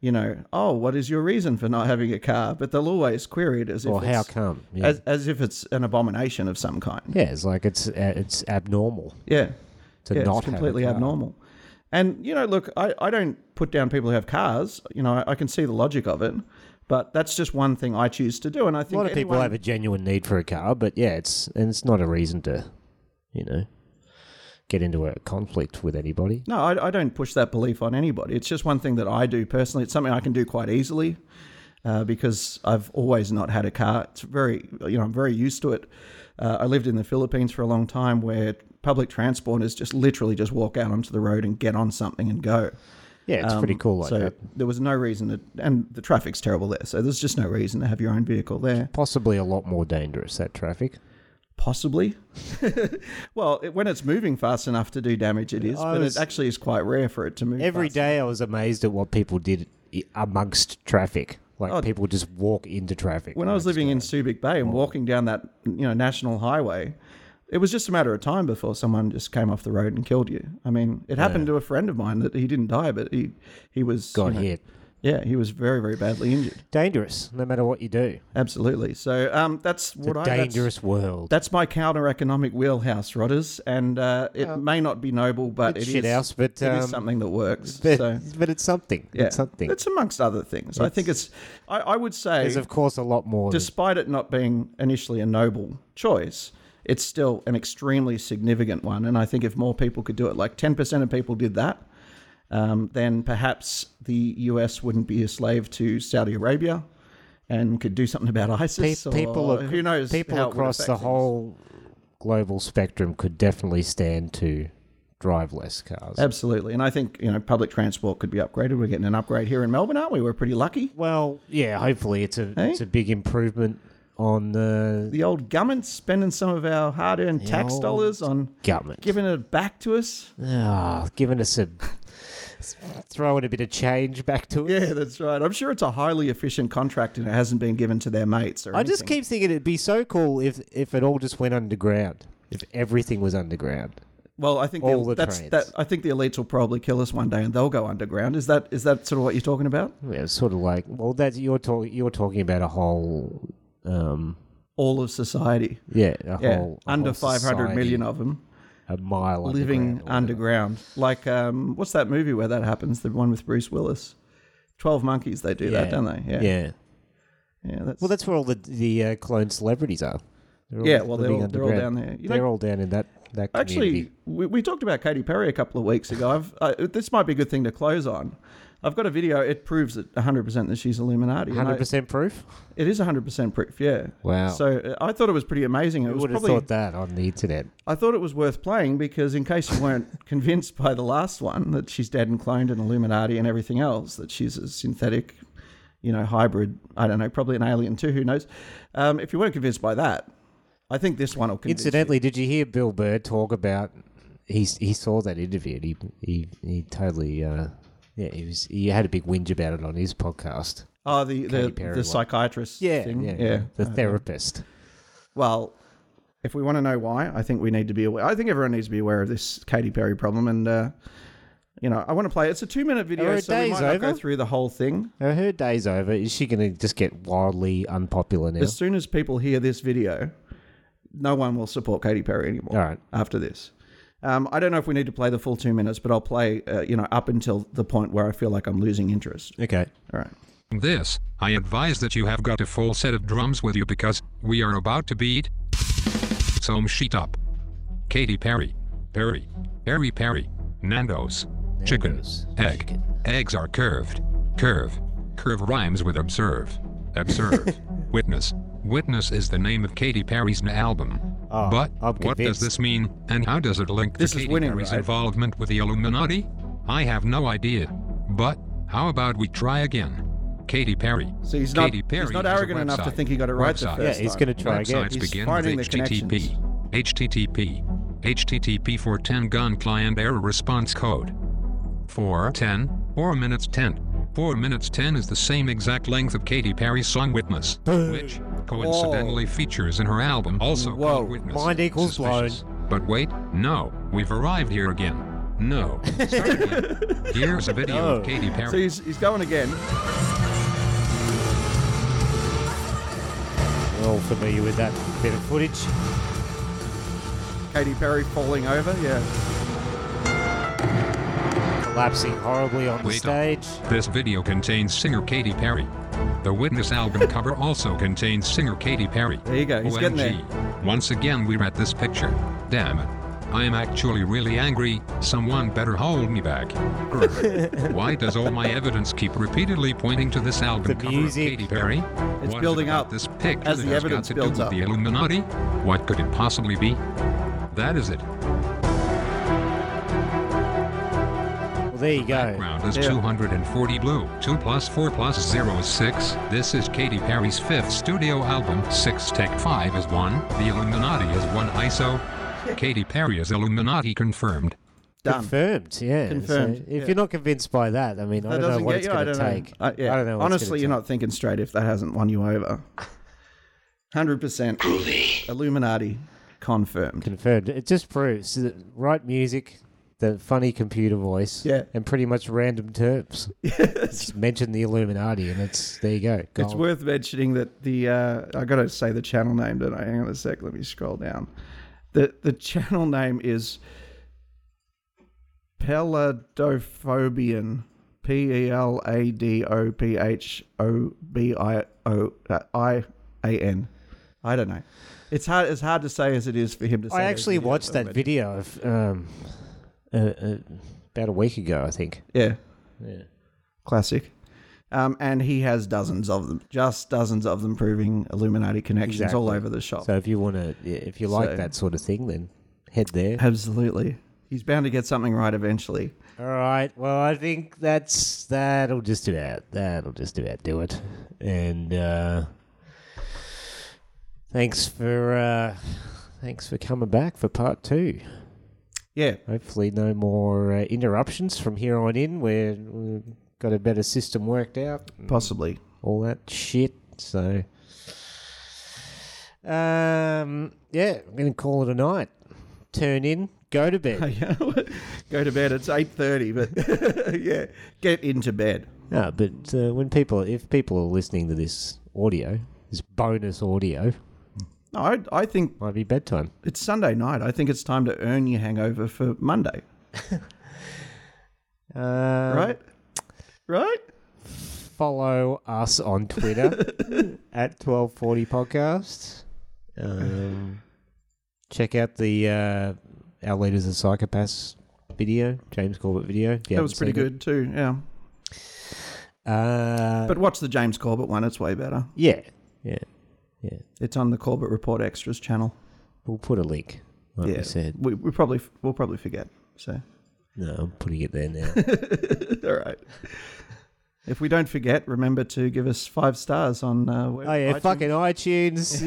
Speaker 1: you know, "Oh, what is your reason for not having a car?" But they'll always query it as if
Speaker 2: Or how
Speaker 1: it's-
Speaker 2: come? Yeah.
Speaker 1: as, as if it's an abomination of some kind.
Speaker 2: yeah, it's like it's uh, it's abnormal
Speaker 1: Yeah,
Speaker 2: to
Speaker 1: yeah,
Speaker 2: not
Speaker 1: it's completely
Speaker 2: have a car.
Speaker 1: abnormal. And you know, look, I, I don't put down people who have cars. You know, I, I can see the logic of it, but that's just one thing I choose to do. And I think
Speaker 2: A lot of people
Speaker 1: anyone-
Speaker 2: have a genuine need for a car, but yeah, it's and it's not a reason to, you know, get into a conflict with anybody.
Speaker 1: No, I, I don't push that belief on anybody. It's just one thing that I do personally. It's something I can do quite easily uh, because I've always not had a car. It's very, you know, I'm very used to it. Uh, I lived in the Philippines for a long time where public transport is just literally just walk out onto the road and get on something and go.
Speaker 2: Yeah, it's pretty
Speaker 1: Um,
Speaker 2: cool like
Speaker 1: so
Speaker 2: that.
Speaker 1: there was no reason to, and the traffic's terrible there. So there's just no reason to have your own vehicle there.
Speaker 2: Possibly a lot more dangerous that traffic.
Speaker 1: Possibly. [LAUGHS] well, it, when it's moving fast enough to do damage, it is.
Speaker 2: I
Speaker 1: but
Speaker 2: was-
Speaker 1: it actually is quite rare for it to move
Speaker 2: Every
Speaker 1: fast.
Speaker 2: day I was amazed at what people did i- amongst traffic. Like
Speaker 1: Oh.
Speaker 2: people just walk into traffic.
Speaker 1: when I was
Speaker 2: amongst
Speaker 1: living in
Speaker 2: traffic.
Speaker 1: Subic Bay and walking down that you know national highway, it was just a matter of time before someone just came off the road and killed you. I mean, it happened to a friend of mine that he didn't die, but he he was you
Speaker 2: got
Speaker 1: know,
Speaker 2: hit,
Speaker 1: Yeah, he was very very badly injured.
Speaker 2: dangerous no matter what you do.
Speaker 1: Absolutely. So um, that's
Speaker 2: It's
Speaker 1: what
Speaker 2: a
Speaker 1: I that's-
Speaker 2: dangerous world.
Speaker 1: That's, my counter economic wheelhouse, Rodders, and uh, it may not be noble, but
Speaker 2: it's
Speaker 1: it
Speaker 2: shit
Speaker 1: is-
Speaker 2: house, but,
Speaker 1: it
Speaker 2: um,
Speaker 1: is something that works.
Speaker 2: but,
Speaker 1: so.
Speaker 2: but it's something.
Speaker 1: Yeah,
Speaker 2: It's something.
Speaker 1: It's amongst other things. I think it's. I, I would say
Speaker 2: There's of course a lot more. than-
Speaker 1: despite it not being initially a noble choice, it's still an extremely significant one. And I think if more people could do it, like 10% of people did that, um, then perhaps the US wouldn't be a slave to Saudi Arabia and could do something about
Speaker 2: Pe-
Speaker 1: ISIS. or
Speaker 2: people ac-
Speaker 1: who knows?
Speaker 2: people
Speaker 1: how it would
Speaker 2: across
Speaker 1: affect
Speaker 2: the
Speaker 1: things.
Speaker 2: whole global spectrum could definitely stand to drive less cars.
Speaker 1: Absolutely. And I think, you know, public transport could be upgraded. We're getting an upgrade here in Melbourne, aren't we? We're pretty lucky.
Speaker 2: well, yeah, hopefully it's a
Speaker 1: Eh?
Speaker 2: it's a big improvement on the
Speaker 1: The old government spending some of our hard earned tax
Speaker 2: old
Speaker 1: dollars on
Speaker 2: government.
Speaker 1: giving it back to us.
Speaker 2: Ah, giving us a throwing a bit of change back to it.
Speaker 1: Yeah, that's right. I'm sure it's a highly efficient contract and it hasn't been given to their mates or
Speaker 2: I just
Speaker 1: anything.
Speaker 2: keep thinking it'd be so cool if if it all just went underground. If everything was underground.
Speaker 1: Well, I think
Speaker 2: all
Speaker 1: the,
Speaker 2: the
Speaker 1: that's
Speaker 2: trades.
Speaker 1: that I think the elites will probably kill us one day and they'll go underground. Is that is that sort of what you're talking about?
Speaker 2: Yeah, it's sort of like well that's you're talking you're talking about a whole um
Speaker 1: All of society.
Speaker 2: yeah, a
Speaker 1: Yeah.
Speaker 2: whole a
Speaker 1: Under
Speaker 2: whole
Speaker 1: 500
Speaker 2: society.
Speaker 1: million of them
Speaker 2: a mile
Speaker 1: living
Speaker 2: underground. or
Speaker 1: underground. Like um what's that movie where that happens? The one with Bruce Willis. 12 monkeys they do that, don't
Speaker 2: whatever.
Speaker 1: they? Yeah.
Speaker 2: yeah.
Speaker 1: Yeah, that's
Speaker 2: Well, that's where all the the uh, clone celebrities are. They're all
Speaker 1: Yeah, well, they're
Speaker 2: living
Speaker 1: all- they're all
Speaker 2: underground.
Speaker 1: down there. You know-
Speaker 2: they're all down in that that
Speaker 1: Actually,
Speaker 2: community.
Speaker 1: we, we talked about Katy Perry a couple of weeks ago. I've, I, this might be a good thing to close on. I've got a video. It proves it 100% that she's Illuminati. and I-
Speaker 2: Hundred percent proof.
Speaker 1: It is 100% proof, yeah.
Speaker 2: Wow.
Speaker 1: So uh, I thought it was pretty amazing. It
Speaker 2: Who
Speaker 1: was
Speaker 2: would have
Speaker 1: probably,
Speaker 2: thought that on the internet?
Speaker 1: I thought it was worth playing because, in case you weren't [LAUGHS] convinced by the last one that she's dead and cloned and Illuminati and everything else, that she's a synthetic, you know, hybrid, I don't know, probably an alien too, who knows. Um, if you weren't convinced by that, I think this one will convince you.
Speaker 2: Incidentally, did you hear Bill Burr talk about? He he saw that interview. And he he he totally. Uh, yeah, he was. He had a big whinge about it on his podcast.
Speaker 1: Oh, the,
Speaker 2: Katy
Speaker 1: the,
Speaker 2: Perry
Speaker 1: the
Speaker 2: one.
Speaker 1: psychiatrist thing.
Speaker 2: yeah,
Speaker 1: yeah.
Speaker 2: The therapist.
Speaker 1: Well, if we want to know why, I think we need to be aware. I think everyone needs to be aware of this Katy Perry problem. And, uh, you know, I want to play. It's a two minute video,
Speaker 2: Her
Speaker 1: so we
Speaker 2: Oh, day's
Speaker 1: might not go
Speaker 2: over.
Speaker 1: through the whole thing.
Speaker 2: Now, her day's over. Is she going to just get wildly unpopular now?
Speaker 1: As soon as people hear this video, no one will support Katy Perry anymore
Speaker 2: All right.
Speaker 1: after this. Um, I don't know if we need to play the full two minutes, but I'll play, uh, you know, up until the point where I feel like I'm losing interest.
Speaker 2: Okay.
Speaker 1: All right.
Speaker 9: This, I advise that you have got a full set of drums with you because we are about to beat some sheet up. Katy Perry, Perry, Perry Perry, Nando's, chicken,
Speaker 2: Nando's,
Speaker 9: egg.
Speaker 2: chicken.
Speaker 9: Eggs
Speaker 2: [LAUGHS]
Speaker 9: are curved, curve, curve rhymes with observe, observe, witness, Witness is the name of Katy Perry's new album.
Speaker 2: Oh,
Speaker 9: but
Speaker 2: I'm
Speaker 9: what does
Speaker 2: convinced.
Speaker 9: this mean, and how does it link
Speaker 1: This is
Speaker 9: to Katy
Speaker 1: winning,
Speaker 9: Perry's
Speaker 1: right?
Speaker 9: involvement with the Illuminati? I have no idea. But how about we try again? Katy Perry.
Speaker 1: So he's not-
Speaker 9: Katy
Speaker 1: he's
Speaker 9: Perry
Speaker 1: not
Speaker 9: is a
Speaker 1: arrogant enough to
Speaker 9: website.
Speaker 1: think he got it right the
Speaker 9: Website.
Speaker 1: first
Speaker 2: Yeah, he's
Speaker 1: time.
Speaker 2: going to try again.
Speaker 9: Websites
Speaker 1: He's
Speaker 9: begin with
Speaker 1: finding the
Speaker 9: HTTP. HTTP. HTTP 410 gun client error response code. 410, 4 minutes 10. 4 minutes 10 is the same exact length of Katy Perry's song Witness, which coincidentally features in her album also
Speaker 1: Whoa.
Speaker 9: called Witness.
Speaker 2: Mind equals
Speaker 9: Suspicious. But wait, no, we've arrived here again. No. Start again. Here's a video of
Speaker 2: No.
Speaker 9: Katy Perry.
Speaker 1: So he's, he's going again.
Speaker 2: We're all familiar with that bit of footage.
Speaker 1: Katy Perry falling over. Yeah.
Speaker 2: Collapsing horribly on the
Speaker 1: uh,
Speaker 9: Wait up.
Speaker 2: stage.
Speaker 9: This video contains singer Katy Perry. The Witness
Speaker 2: [LAUGHS]
Speaker 9: album cover also contains singer Katy Perry.
Speaker 1: There you go, he's getting there.
Speaker 9: Once again, we're at this picture. Damn it. I am actually really angry. Someone better hold me back. Grr. Why does all my evidence keep repeatedly pointing to this album
Speaker 2: The
Speaker 9: cover
Speaker 2: music.
Speaker 9: of Katy Perry?
Speaker 1: It's
Speaker 9: What is
Speaker 1: building
Speaker 9: it about
Speaker 1: up
Speaker 9: This picture
Speaker 1: as
Speaker 9: that
Speaker 1: the
Speaker 9: has
Speaker 1: evidence
Speaker 9: got to
Speaker 1: builds
Speaker 9: do
Speaker 1: up.
Speaker 9: with the Illuminati. What could it possibly be? That is it.
Speaker 2: Well, there you go.
Speaker 9: Background is
Speaker 1: Yeah.
Speaker 9: 240 blue. 2 plus 4 plus 0 is 6. This is Katy Perry's fifth studio album. 6 Tech 5 is 1. The Illuminati is 1 ISO. Katy Perry is Illuminati confirmed.
Speaker 1: Done.
Speaker 2: Confirmed, yeah. So
Speaker 1: Confirmed,
Speaker 2: if
Speaker 1: yeah.
Speaker 2: you're not convinced by that, I mean, I
Speaker 1: That
Speaker 2: don't know
Speaker 1: doesn't
Speaker 2: what
Speaker 1: get
Speaker 2: it's
Speaker 1: you. I
Speaker 2: going to
Speaker 1: don't know.
Speaker 2: take.
Speaker 1: I, yeah.
Speaker 2: I don't know. what it's
Speaker 1: Honestly,
Speaker 2: gonna
Speaker 1: you're
Speaker 2: take.
Speaker 1: not thinking straight if that hasn't won you over. Hundred percent. Illuminati confirmed.
Speaker 2: confirmed. It just proves that right music, the funny computer voice,
Speaker 1: Yeah.
Speaker 2: and pretty much random
Speaker 1: [LAUGHS]
Speaker 2: terms. just mention the Illuminati, and it's there you go.
Speaker 1: It's
Speaker 2: Gold.
Speaker 1: worth mentioning that the uh, I got to say the channel name. Don't I? Hang on a sec. Let me scroll down. the The [LAUGHS] channel name is Peladophobian. P e l a d o p h o b i o i a n. I don't know. It's hard. It's hard to say as it is for him to say.
Speaker 2: I
Speaker 1: those
Speaker 2: actually
Speaker 1: videos
Speaker 2: watched that
Speaker 1: already.
Speaker 2: video of, um, uh, uh, about a week ago, I think.
Speaker 1: Yeah. Classic. Um, and he has dozens of them, just dozens of them proving Illuminati connections all
Speaker 2: Exactly.
Speaker 1: over the shop.
Speaker 2: So if you want to, if you like
Speaker 1: Oh. So-
Speaker 2: that sort of thing, then head there.
Speaker 1: Absolutely. He's bound to get something right eventually.
Speaker 2: All right. Well, I think that's that'll just about that'll just about do it. And uh, thanks for uh, thanks for coming back for part two.
Speaker 1: Yeah.
Speaker 2: Hopefully, no more uh, interruptions from here on in. We're, we've got a better system worked out.
Speaker 1: [LAUGHS] Possibly.
Speaker 2: All that shit. So, um, yeah, I'm gonna call it a night. Turn in. Go to bed.
Speaker 1: Go to bed. It's 8.30, but [LAUGHS] yeah, get into bed.
Speaker 2: No, but uh, when people, if people are listening to this audio, this bonus audio,
Speaker 1: No, I, I think
Speaker 2: might be bedtime.
Speaker 1: it's Sunday night. I think it's time to earn your hangover for Monday,
Speaker 2: Uh,
Speaker 1: right? Right?
Speaker 2: Follow us on Twitter
Speaker 1: [LAUGHS]
Speaker 2: at twelve forty podcast. Um, check out the uh, our leaders and psychopaths video, James Corbett video. if you
Speaker 1: That was
Speaker 2: haven't
Speaker 1: pretty
Speaker 2: seen
Speaker 1: good
Speaker 2: it.
Speaker 1: too, yeah.
Speaker 2: Uh,
Speaker 1: But watch the James Corbett one. It's way better.
Speaker 2: yeah, yeah, yeah.
Speaker 1: It's on the Corbett Report Extras channel.
Speaker 2: We'll put a link. Like we said,
Speaker 1: We, we probably we'll probably forget. So [LAUGHS]
Speaker 2: no, I'm putting it there now.
Speaker 1: all right. If we don't forget, remember to give us five stars on. Uh, where-
Speaker 2: Oh yeah,
Speaker 1: iTunes.
Speaker 2: fucking iTunes.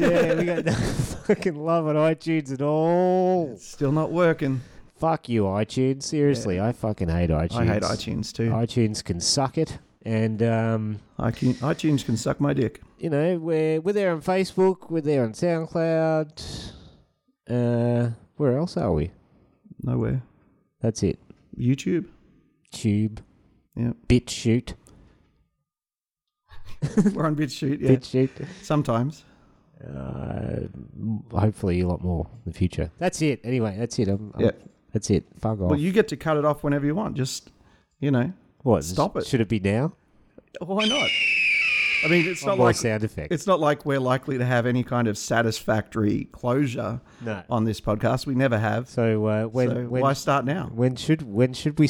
Speaker 1: [LAUGHS]
Speaker 2: Yeah, we got [LAUGHS] no fucking love on iTunes at all.
Speaker 1: Still not working.
Speaker 2: Fuck you, iTunes. Seriously, I fucking hate iTunes.
Speaker 1: I hate iTunes too.
Speaker 2: iTunes can suck it. And um,
Speaker 1: iTunes, iTunes can suck my dick.
Speaker 2: you know, we're we're there on Facebook. We're there on SoundCloud. Uh, where else are we?
Speaker 1: Nowhere.
Speaker 2: That's it.
Speaker 1: YouTube.
Speaker 2: Tube. [LAUGHS]
Speaker 1: Yep.
Speaker 2: BitChute.
Speaker 1: We're on BitChute. Yeah.
Speaker 2: BitChute.
Speaker 1: Sometimes.
Speaker 2: Uh, m- hopefully, a lot more in the future. That's it. Anyway, that's it. I'm, I'm-
Speaker 1: Yeah.
Speaker 2: That's it. Fuck off.
Speaker 1: Well, you get to cut it off whenever you want. Just, you know,
Speaker 2: what?
Speaker 1: stop it.
Speaker 2: Should it be now?
Speaker 1: why not? I mean, it's
Speaker 2: One
Speaker 1: not
Speaker 2: more
Speaker 1: like
Speaker 2: sound effect.
Speaker 1: it's not like we're likely to have any kind of satisfactory closure
Speaker 2: No.
Speaker 1: on this podcast. We never have.
Speaker 2: So uh, when
Speaker 1: so
Speaker 2: when
Speaker 1: why start now?
Speaker 2: when should when should we